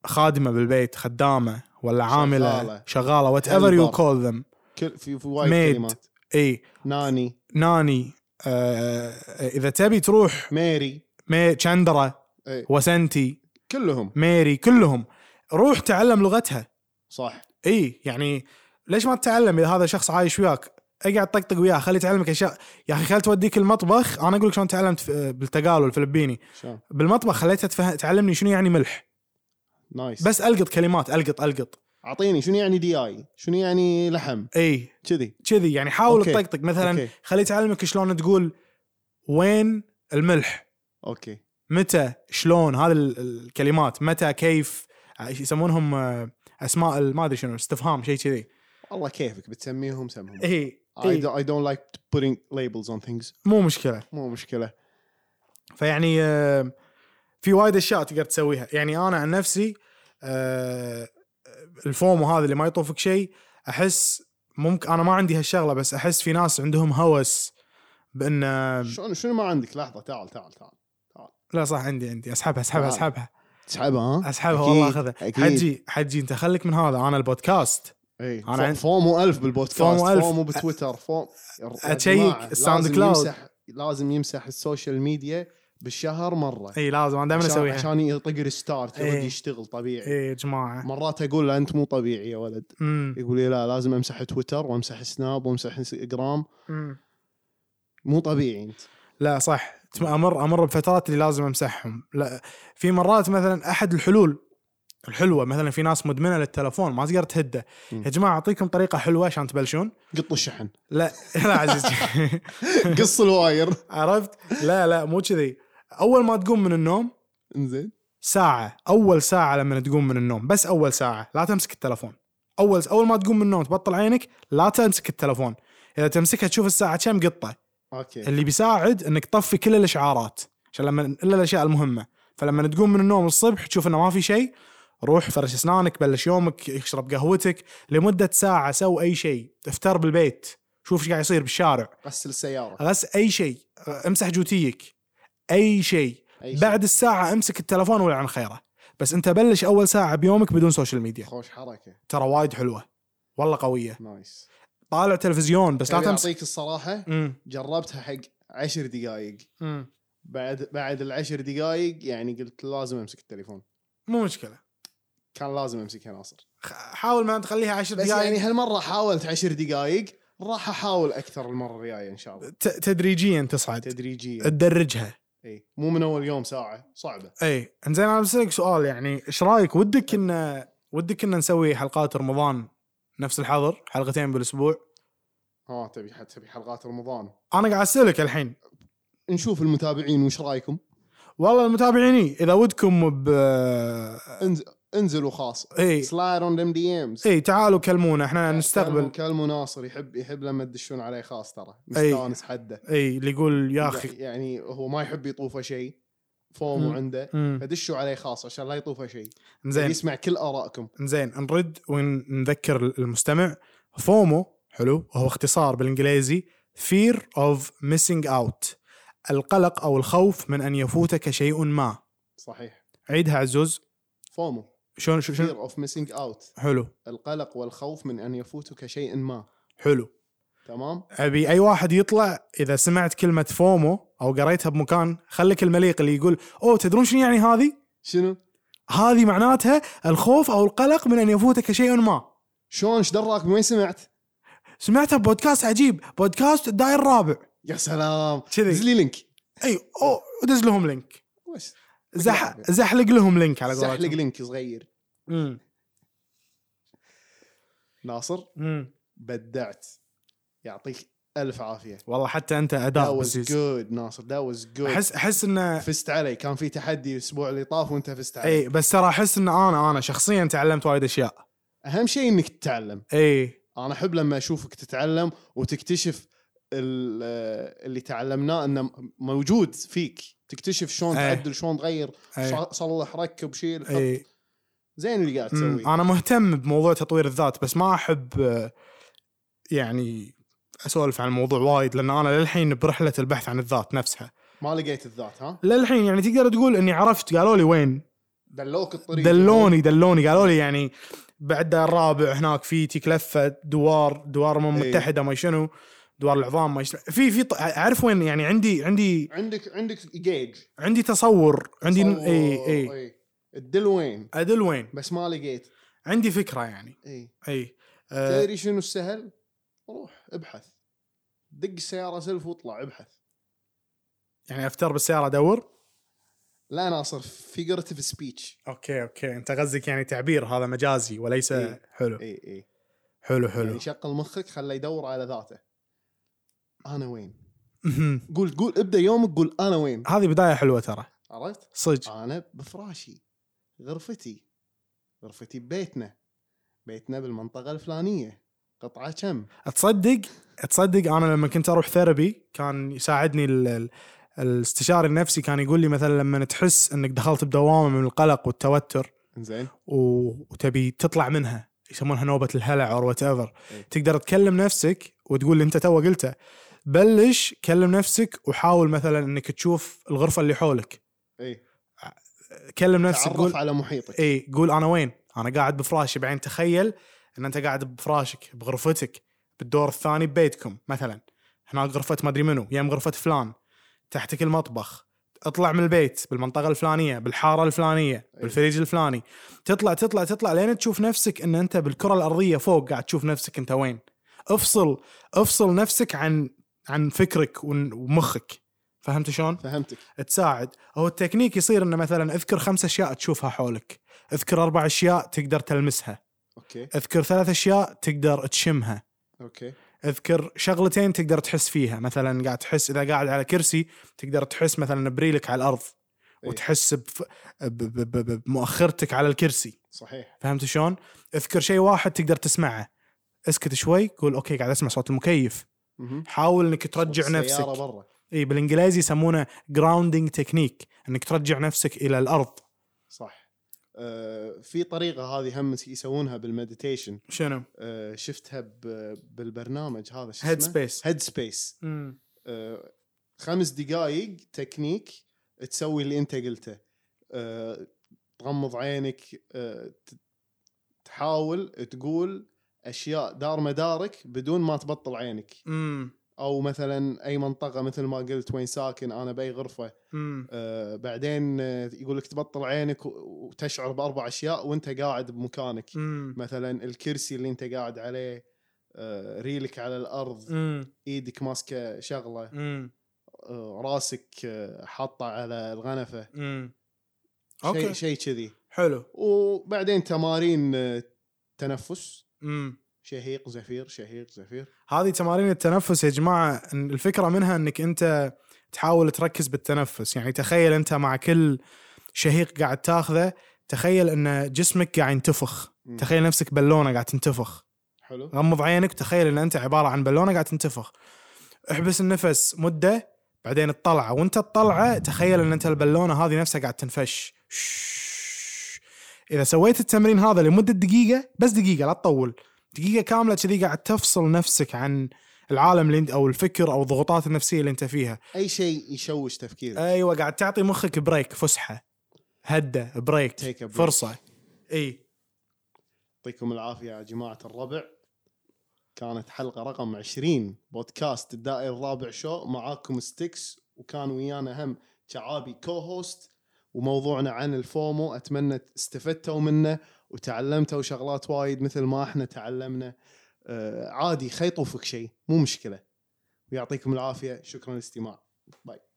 [SPEAKER 3] خادمه بالبيت خدامه ولا عامله
[SPEAKER 2] شغالة.
[SPEAKER 3] شغاله وات ايفر يو
[SPEAKER 2] هيلبر.
[SPEAKER 3] كول ذم
[SPEAKER 2] كل في في وايد
[SPEAKER 3] ميد.
[SPEAKER 2] كلمات
[SPEAKER 3] اي
[SPEAKER 2] ناني
[SPEAKER 3] ناني أه اذا تبي تروح
[SPEAKER 2] ميري
[SPEAKER 3] مي تشندرا
[SPEAKER 2] إيه.
[SPEAKER 3] وسنتي
[SPEAKER 2] كلهم
[SPEAKER 3] ميري كلهم روح تعلم لغتها
[SPEAKER 2] صح
[SPEAKER 3] اي يعني ليش ما تتعلم اذا هذا شخص عايش وياك اقعد طقطق وياه خليه يتعلمك اشياء يا اخي خليه توديك المطبخ انا اقول لك شلون تعلمت في- بالتقالو الفلبيني
[SPEAKER 2] شلون
[SPEAKER 3] بالمطبخ خليته تفه... تعلمني شنو يعني ملح
[SPEAKER 2] نايس
[SPEAKER 3] بس القط كلمات القط القط
[SPEAKER 2] اعطيني شنو يعني دي اي شنو يعني لحم
[SPEAKER 3] اي
[SPEAKER 2] كذي
[SPEAKER 3] كذي يعني حاول
[SPEAKER 2] أوكي.
[SPEAKER 3] تطقطق مثلا
[SPEAKER 2] أوكي.
[SPEAKER 3] خليه يتعلمك شلون تقول وين الملح
[SPEAKER 2] اوكي
[SPEAKER 3] متى شلون هذه ال- الكلمات متى كيف ع- يسمونهم آه، اسماء ال- ما ادري شنو استفهام شيء كذي
[SPEAKER 2] والله كيفك بتسميهم سمهم
[SPEAKER 3] اي
[SPEAKER 2] I, don't, I don't like putting labels on things
[SPEAKER 3] مو مشكله
[SPEAKER 2] مو مشكله
[SPEAKER 3] فيعني آه، في وايد اشياء تقدر تسويها يعني انا عن نفسي آه، الفومو هذا اللي ما يطوفك شيء احس ممكن انا ما عندي هالشغله بس احس في ناس عندهم هوس بان آه،
[SPEAKER 2] شنو شنو ما عندك لحظه تعال تعال تعال
[SPEAKER 3] لا صح عندي عندي اسحبها اسحبها
[SPEAKER 2] آه.
[SPEAKER 3] اسحبها
[SPEAKER 2] تسحبها ها
[SPEAKER 3] اسحبها
[SPEAKER 2] أكيد،
[SPEAKER 3] والله اخذها
[SPEAKER 2] أكيد.
[SPEAKER 3] حجي حجي انت خليك من هذا انا البودكاست
[SPEAKER 2] اي
[SPEAKER 3] أنا عن-
[SPEAKER 2] أنا إيه. فومو ألف بالبودكاست
[SPEAKER 3] فومو
[SPEAKER 2] فومو,
[SPEAKER 3] ألف.
[SPEAKER 2] فومو بتويتر فوم يا
[SPEAKER 3] أتشيك
[SPEAKER 2] جماعة،
[SPEAKER 3] الساوند
[SPEAKER 2] لازم
[SPEAKER 3] كلاود.
[SPEAKER 2] يمسح لازم يمسح السوشيال ميديا بالشهر مره
[SPEAKER 3] اي لازم انا دائما
[SPEAKER 2] عشان-
[SPEAKER 3] اسويها
[SPEAKER 2] عشان يطق ريستارت
[SPEAKER 3] إيه.
[SPEAKER 2] يرد يشتغل طبيعي
[SPEAKER 3] اي يا جماعه
[SPEAKER 2] مرات اقول له انت مو طبيعي يا ولد
[SPEAKER 3] أمم،
[SPEAKER 2] يقول لي لا لازم امسح تويتر وامسح سناب وامسح انستغرام
[SPEAKER 3] أمم.
[SPEAKER 2] مو طبيعي انت
[SPEAKER 3] لا صح تم- امر امر بفترات اللي لازم امسحهم لا في مرات مثلا احد الحلول الحلوه مثلا في ناس مدمنه للتلفون ما تقدر تهده
[SPEAKER 2] مم.
[SPEAKER 3] يا جماعه اعطيكم طريقه حلوه عشان تبلشون [LAUGHS]
[SPEAKER 2] قط الشحن
[SPEAKER 3] لا لا عزيزي [LAUGHS]
[SPEAKER 2] قص الواير [LAUGHS]
[SPEAKER 3] عرفت لا لا مو كذي اول ما تقوم من النوم
[SPEAKER 2] انزين
[SPEAKER 3] ساعه اول ساعه لما تقوم من النوم بس اول ساعه لا تمسك التلفون اول اول ما تقوم من النوم تبطل عينك لا تمسك التلفون اذا تمسكها تشوف الساعه كم قطه
[SPEAKER 2] اوكي
[SPEAKER 3] إيه. اللي بيساعد انك تطفي كل الاشعارات عشان لما الا الاشياء المهمه فلما تقوم من النوم الصبح تشوف انه ما في شيء روح فرش اسنانك بلش يومك اشرب قهوتك لمده ساعه سو اي شيء افطر بالبيت شوف ايش قاعد يصير بالشارع
[SPEAKER 2] غسل السياره
[SPEAKER 3] غس اي شيء امسح جوتيك اي شيء
[SPEAKER 2] أي شيء.
[SPEAKER 3] بعد الساعه امسك التلفون ولا عن خيره بس انت بلش اول ساعه بيومك بدون سوشيال ميديا
[SPEAKER 2] خوش حركه
[SPEAKER 3] ترى وايد حلوه والله قويه
[SPEAKER 2] نايس
[SPEAKER 3] طالع تلفزيون بس
[SPEAKER 2] بس
[SPEAKER 3] لا
[SPEAKER 2] لا
[SPEAKER 3] تمسك
[SPEAKER 2] اعطيك الصراحه
[SPEAKER 3] مم.
[SPEAKER 2] جربتها حق عشر دقائق
[SPEAKER 3] مم.
[SPEAKER 2] بعد بعد العشر دقائق يعني قلت لازم امسك التليفون
[SPEAKER 3] مو مشكله
[SPEAKER 2] كان لازم امسكها ناصر
[SPEAKER 3] خ- حاول ما تخليها عشر
[SPEAKER 2] بس
[SPEAKER 3] دقائق
[SPEAKER 2] يعني هالمره حاولت عشر دقائق راح احاول اكثر المره الجايه ان شاء الله
[SPEAKER 3] ت- تدريجيا تصعد
[SPEAKER 2] تدريجيا
[SPEAKER 3] تدرجها
[SPEAKER 2] اي مو من اول يوم ساعه صعبه
[SPEAKER 3] اي انزين انا بسالك سؤال يعني ايش رايك ودك ان ودك ان نسوي حلقات رمضان نفس الحظر حلقتين بالاسبوع
[SPEAKER 2] ها تبي تبي حلقات رمضان
[SPEAKER 3] انا قاعد اسالك الحين
[SPEAKER 2] نشوف المتابعين وش رايكم
[SPEAKER 3] والله المتابعين اذا ودكم ب
[SPEAKER 2] انزل انزلوا خاص
[SPEAKER 3] اي
[SPEAKER 2] سلايد اون ذم دي امز
[SPEAKER 3] اي تعالوا كلمونا احنا نستقبل
[SPEAKER 2] كلموا ناصر يحب يحب لما تدشون عليه خاص ترى
[SPEAKER 3] إي.
[SPEAKER 2] مستانس حده
[SPEAKER 3] اي اللي يقول يا اخي
[SPEAKER 2] يعني هو ما يحب يطوفه شيء فومو
[SPEAKER 3] مم.
[SPEAKER 2] عنده
[SPEAKER 3] مم.
[SPEAKER 2] فدشوا عليه خاص عشان لا يطوفه شيء
[SPEAKER 3] زين
[SPEAKER 2] يسمع كل ارائكم
[SPEAKER 3] زين نرد ونذكر المستمع فومو حلو وهو اختصار بالانجليزي fear of missing out القلق او الخوف من ان يفوتك شيء ما
[SPEAKER 2] صحيح
[SPEAKER 3] عيدها عزوز
[SPEAKER 2] فومو
[SPEAKER 3] شلون شلون-
[SPEAKER 2] fear
[SPEAKER 3] شلون
[SPEAKER 2] of missing out
[SPEAKER 3] حلو
[SPEAKER 2] القلق والخوف من ان يفوتك شيء ما
[SPEAKER 3] حلو
[SPEAKER 2] تمام
[SPEAKER 3] ابي اي واحد يطلع اذا سمعت كلمه فومو او قريتها بمكان خلك المليق اللي يقول اوه تدرون شنو يعني هذه؟
[SPEAKER 2] شنو
[SPEAKER 3] هذه معناتها الخوف او القلق من ان يفوتك شيء ما
[SPEAKER 2] شلون ايش دراك وين سمعت
[SPEAKER 3] سمعتها بودكاست عجيب بودكاست الداير الرابع
[SPEAKER 2] يا سلام دز
[SPEAKER 3] كذي
[SPEAKER 2] لي لينك
[SPEAKER 3] اي اوه ودز لهم لينك
[SPEAKER 2] وش
[SPEAKER 3] زح زحلق لهم لينك على قولتهم
[SPEAKER 2] زحلق لينك صغير
[SPEAKER 3] أمم،
[SPEAKER 2] ناصر
[SPEAKER 3] أمم.
[SPEAKER 2] بدعت يعطيك الف عافيه
[SPEAKER 3] والله حتى انت
[SPEAKER 2] That
[SPEAKER 3] اداء
[SPEAKER 2] was
[SPEAKER 3] بسيس
[SPEAKER 2] good ناصر that was good
[SPEAKER 3] احس احس انه
[SPEAKER 2] فزت علي كان في تحدي الاسبوع اللي طاف وانت فزت علي
[SPEAKER 3] اي بس ترى احس ان انا انا شخصيا تعلمت وايد اشياء
[SPEAKER 2] اهم شيء انك تتعلم
[SPEAKER 3] اي
[SPEAKER 2] انا احب لما اشوفك تتعلم وتكتشف ال- آه، اللي تعلمناه انه م- موجود فيك تكتشف شلون
[SPEAKER 3] إيه.
[SPEAKER 2] تعدل شلون تغير
[SPEAKER 3] اي
[SPEAKER 2] ص- صلح ركب شيل حط.
[SPEAKER 3] اي
[SPEAKER 2] زين اللي قاعد
[SPEAKER 3] أمم،
[SPEAKER 2] تسويه
[SPEAKER 3] انا مهتم بموضوع تطوير الذات بس ما احب آه، يعني اسولف عن الموضوع وايد لان انا للحين برحله البحث عن الذات نفسها
[SPEAKER 2] ما لقيت الذات ها
[SPEAKER 3] للحين يعني تقدر تقول اني عرفت قالوا لي وين
[SPEAKER 2] دلوك الطريق
[SPEAKER 3] دلوني دلوني قالوا لي يعني بعد الرابع هناك في تيك لفه دوار دوار الامم
[SPEAKER 2] إيه.
[SPEAKER 3] المتحده ما شنو دوار العظام ما شنو في في ط- اعرف وين يعني عندي عندي
[SPEAKER 2] عندك عندك جيج
[SPEAKER 3] عندي تصور عندي إيه،
[SPEAKER 2] صور،
[SPEAKER 3] اي اي
[SPEAKER 2] إي. الدل إيه. وين
[SPEAKER 3] ادل وين
[SPEAKER 2] بس ما لقيت
[SPEAKER 3] عندي فكره يعني
[SPEAKER 2] اي
[SPEAKER 3] اي آه
[SPEAKER 2] تدري شنو السهل؟ روح ابحث دق السياره سلف واطلع ابحث
[SPEAKER 3] يعني افتر بالسياره ادور
[SPEAKER 2] لا ناصر فيجرتيف سبيتش
[SPEAKER 3] اوكي اوكي انت غزك يعني تعبير هذا مجازي وليس
[SPEAKER 2] إيه.
[SPEAKER 3] حلو
[SPEAKER 2] اي اي
[SPEAKER 3] حلو
[SPEAKER 2] يعني
[SPEAKER 3] حلو
[SPEAKER 2] شغل مخك خله يدور على ذاته انا وين؟
[SPEAKER 3] [LAUGHS] مهم.
[SPEAKER 2] قول قول ابدا يومك قول انا وين
[SPEAKER 3] هذه بدايه حلوه ترى
[SPEAKER 2] عرفت؟
[SPEAKER 3] صدق
[SPEAKER 2] انا بفراشي غرفتي غرفتي ببيتنا بيتنا بالمنطقه الفلانيه قطعه كم؟
[SPEAKER 3] تصدق تصدق انا لما كنت اروح ثيرابي كان يساعدني ال- ال- الاستشاري النفسي كان يقول لي مثلا لما تحس انك دخلت بدوامه من القلق والتوتر
[SPEAKER 2] زين
[SPEAKER 3] و- وتبي تطلع منها يسمونها نوبه الهلع او وات ايفر
[SPEAKER 2] إيه.
[SPEAKER 3] تقدر تكلم نفسك وتقول اللي انت تو قلته بلش كلم نفسك وحاول مثلا انك تشوف الغرفه اللي حولك
[SPEAKER 2] اي
[SPEAKER 3] كلم نفسك قول
[SPEAKER 2] إيه. تعرف على محيطك
[SPEAKER 3] اي قول انا وين؟ انا قاعد بفراشي بعدين تخيل ان انت قاعد بفراشك بغرفتك بالدور الثاني ببيتكم مثلا هناك غرفه ما ادري منو يم غرفه فلان تحتك المطبخ اطلع من البيت بالمنطقه الفلانيه بالحاره الفلانيه بالفريج الفلاني تطلع تطلع تطلع لين تشوف نفسك ان انت بالكره الارضيه فوق قاعد تشوف نفسك انت وين افصل افصل نفسك عن عن فكرك ون- ومخك فهمت شلون؟
[SPEAKER 2] فهمتك
[SPEAKER 3] تساعد هو التكنيك يصير انه مثلا اذكر خمس اشياء تشوفها حولك اذكر اربع اشياء تقدر تلمسها
[SPEAKER 2] اوكي
[SPEAKER 3] اذكر ثلاث اشياء تقدر تشمها
[SPEAKER 2] اوكي
[SPEAKER 3] اذكر شغلتين تقدر تحس فيها مثلا قاعد تحس اذا قاعد على كرسي تقدر تحس مثلا بريلك على الارض
[SPEAKER 2] إيه.
[SPEAKER 3] وتحس بف- ب- ب- ب- بمؤخرتك على الكرسي
[SPEAKER 2] صحيح
[SPEAKER 3] فهمت شلون اذكر شيء واحد تقدر تسمعه اسكت شوي قول اوكي قاعد اسمع صوت المكيف
[SPEAKER 2] مهم.
[SPEAKER 3] حاول انك ترجع
[SPEAKER 2] السيارة
[SPEAKER 3] نفسك
[SPEAKER 2] برا
[SPEAKER 3] اي بالانجليزي إيه، يسمونه جراوندنج تكنيك انك ترجع نفسك الى الارض
[SPEAKER 2] صح آه، في طريقه هذه هم يسوونها بالمديتيشن
[SPEAKER 3] شنو؟
[SPEAKER 2] آه، شفتها ب- بالبرنامج هذا شو
[SPEAKER 3] هيد سبيس
[SPEAKER 2] هيد سبيس خمس دقائق تكنيك تسوي اللي انت قلته آه، تغمض عينك آه، ت- تحاول تقول اشياء دار مدارك بدون ما تبطل عينك
[SPEAKER 3] امم
[SPEAKER 2] او مثلا اي منطقه مثل ما قلت وين ساكن انا باي غرفه
[SPEAKER 3] امم
[SPEAKER 2] آه، بعدين آه، يقول لك تبطل عينك و- وتشعر باربع اشياء وانت قاعد بمكانك مثلا الكرسي اللي انت قاعد عليه آه، ريلك على الارض ايدك ماسكه شغله آه، راسك آه، حاطه على الغنفه شيء
[SPEAKER 3] اوكي
[SPEAKER 2] شيء كذي
[SPEAKER 3] حلو
[SPEAKER 2] وبعدين تمارين آه، تنفس
[SPEAKER 3] امم
[SPEAKER 2] شهيق زفير شهيق زفير
[SPEAKER 3] هذه تمارين التنفس يا جماعه إن الفكره منها انك انت تحاول تركز بالتنفس يعني تخيل انت مع كل شهيق قاعد تاخذه تخيل ان جسمك قاعد ينتفخ
[SPEAKER 2] مم.
[SPEAKER 3] تخيل نفسك بالونه قاعد تنتفخ
[SPEAKER 2] حلو
[SPEAKER 3] غمض عينك وتخيل ان انت عباره عن بالونه قاعد تنتفخ احبس النفس مده بعدين الطلعه وانت الطلعه تخيل ان انت البالونه هذه نفسها قاعد تنفش شش. اذا سويت التمرين هذا لمده دقيقه بس دقيقه لا تطول دقيقه كامله كذي قاعد تفصل نفسك عن العالم اللي انت او الفكر او الضغوطات النفسيه اللي انت فيها
[SPEAKER 2] اي شيء يشوش تفكيرك
[SPEAKER 3] ايوه قاعد تعطي مخك بريك فسحه هده
[SPEAKER 2] Take a
[SPEAKER 3] بريك
[SPEAKER 2] break.
[SPEAKER 3] فرصه اي
[SPEAKER 2] يعطيكم العافيه يا جماعه الربع كانت حلقه رقم 20 بودكاست الدائري الرابع شو معاكم ستيكس وكان ويانا هم شعابي كو هوست وموضوعنا عن الفومو اتمنى استفدتوا منه وتعلمتوا شغلات وايد مثل ما احنا تعلمنا آه، عادي خيطوا فيك شيء مو مشكله ويعطيكم العافيه شكرا للاستماع باي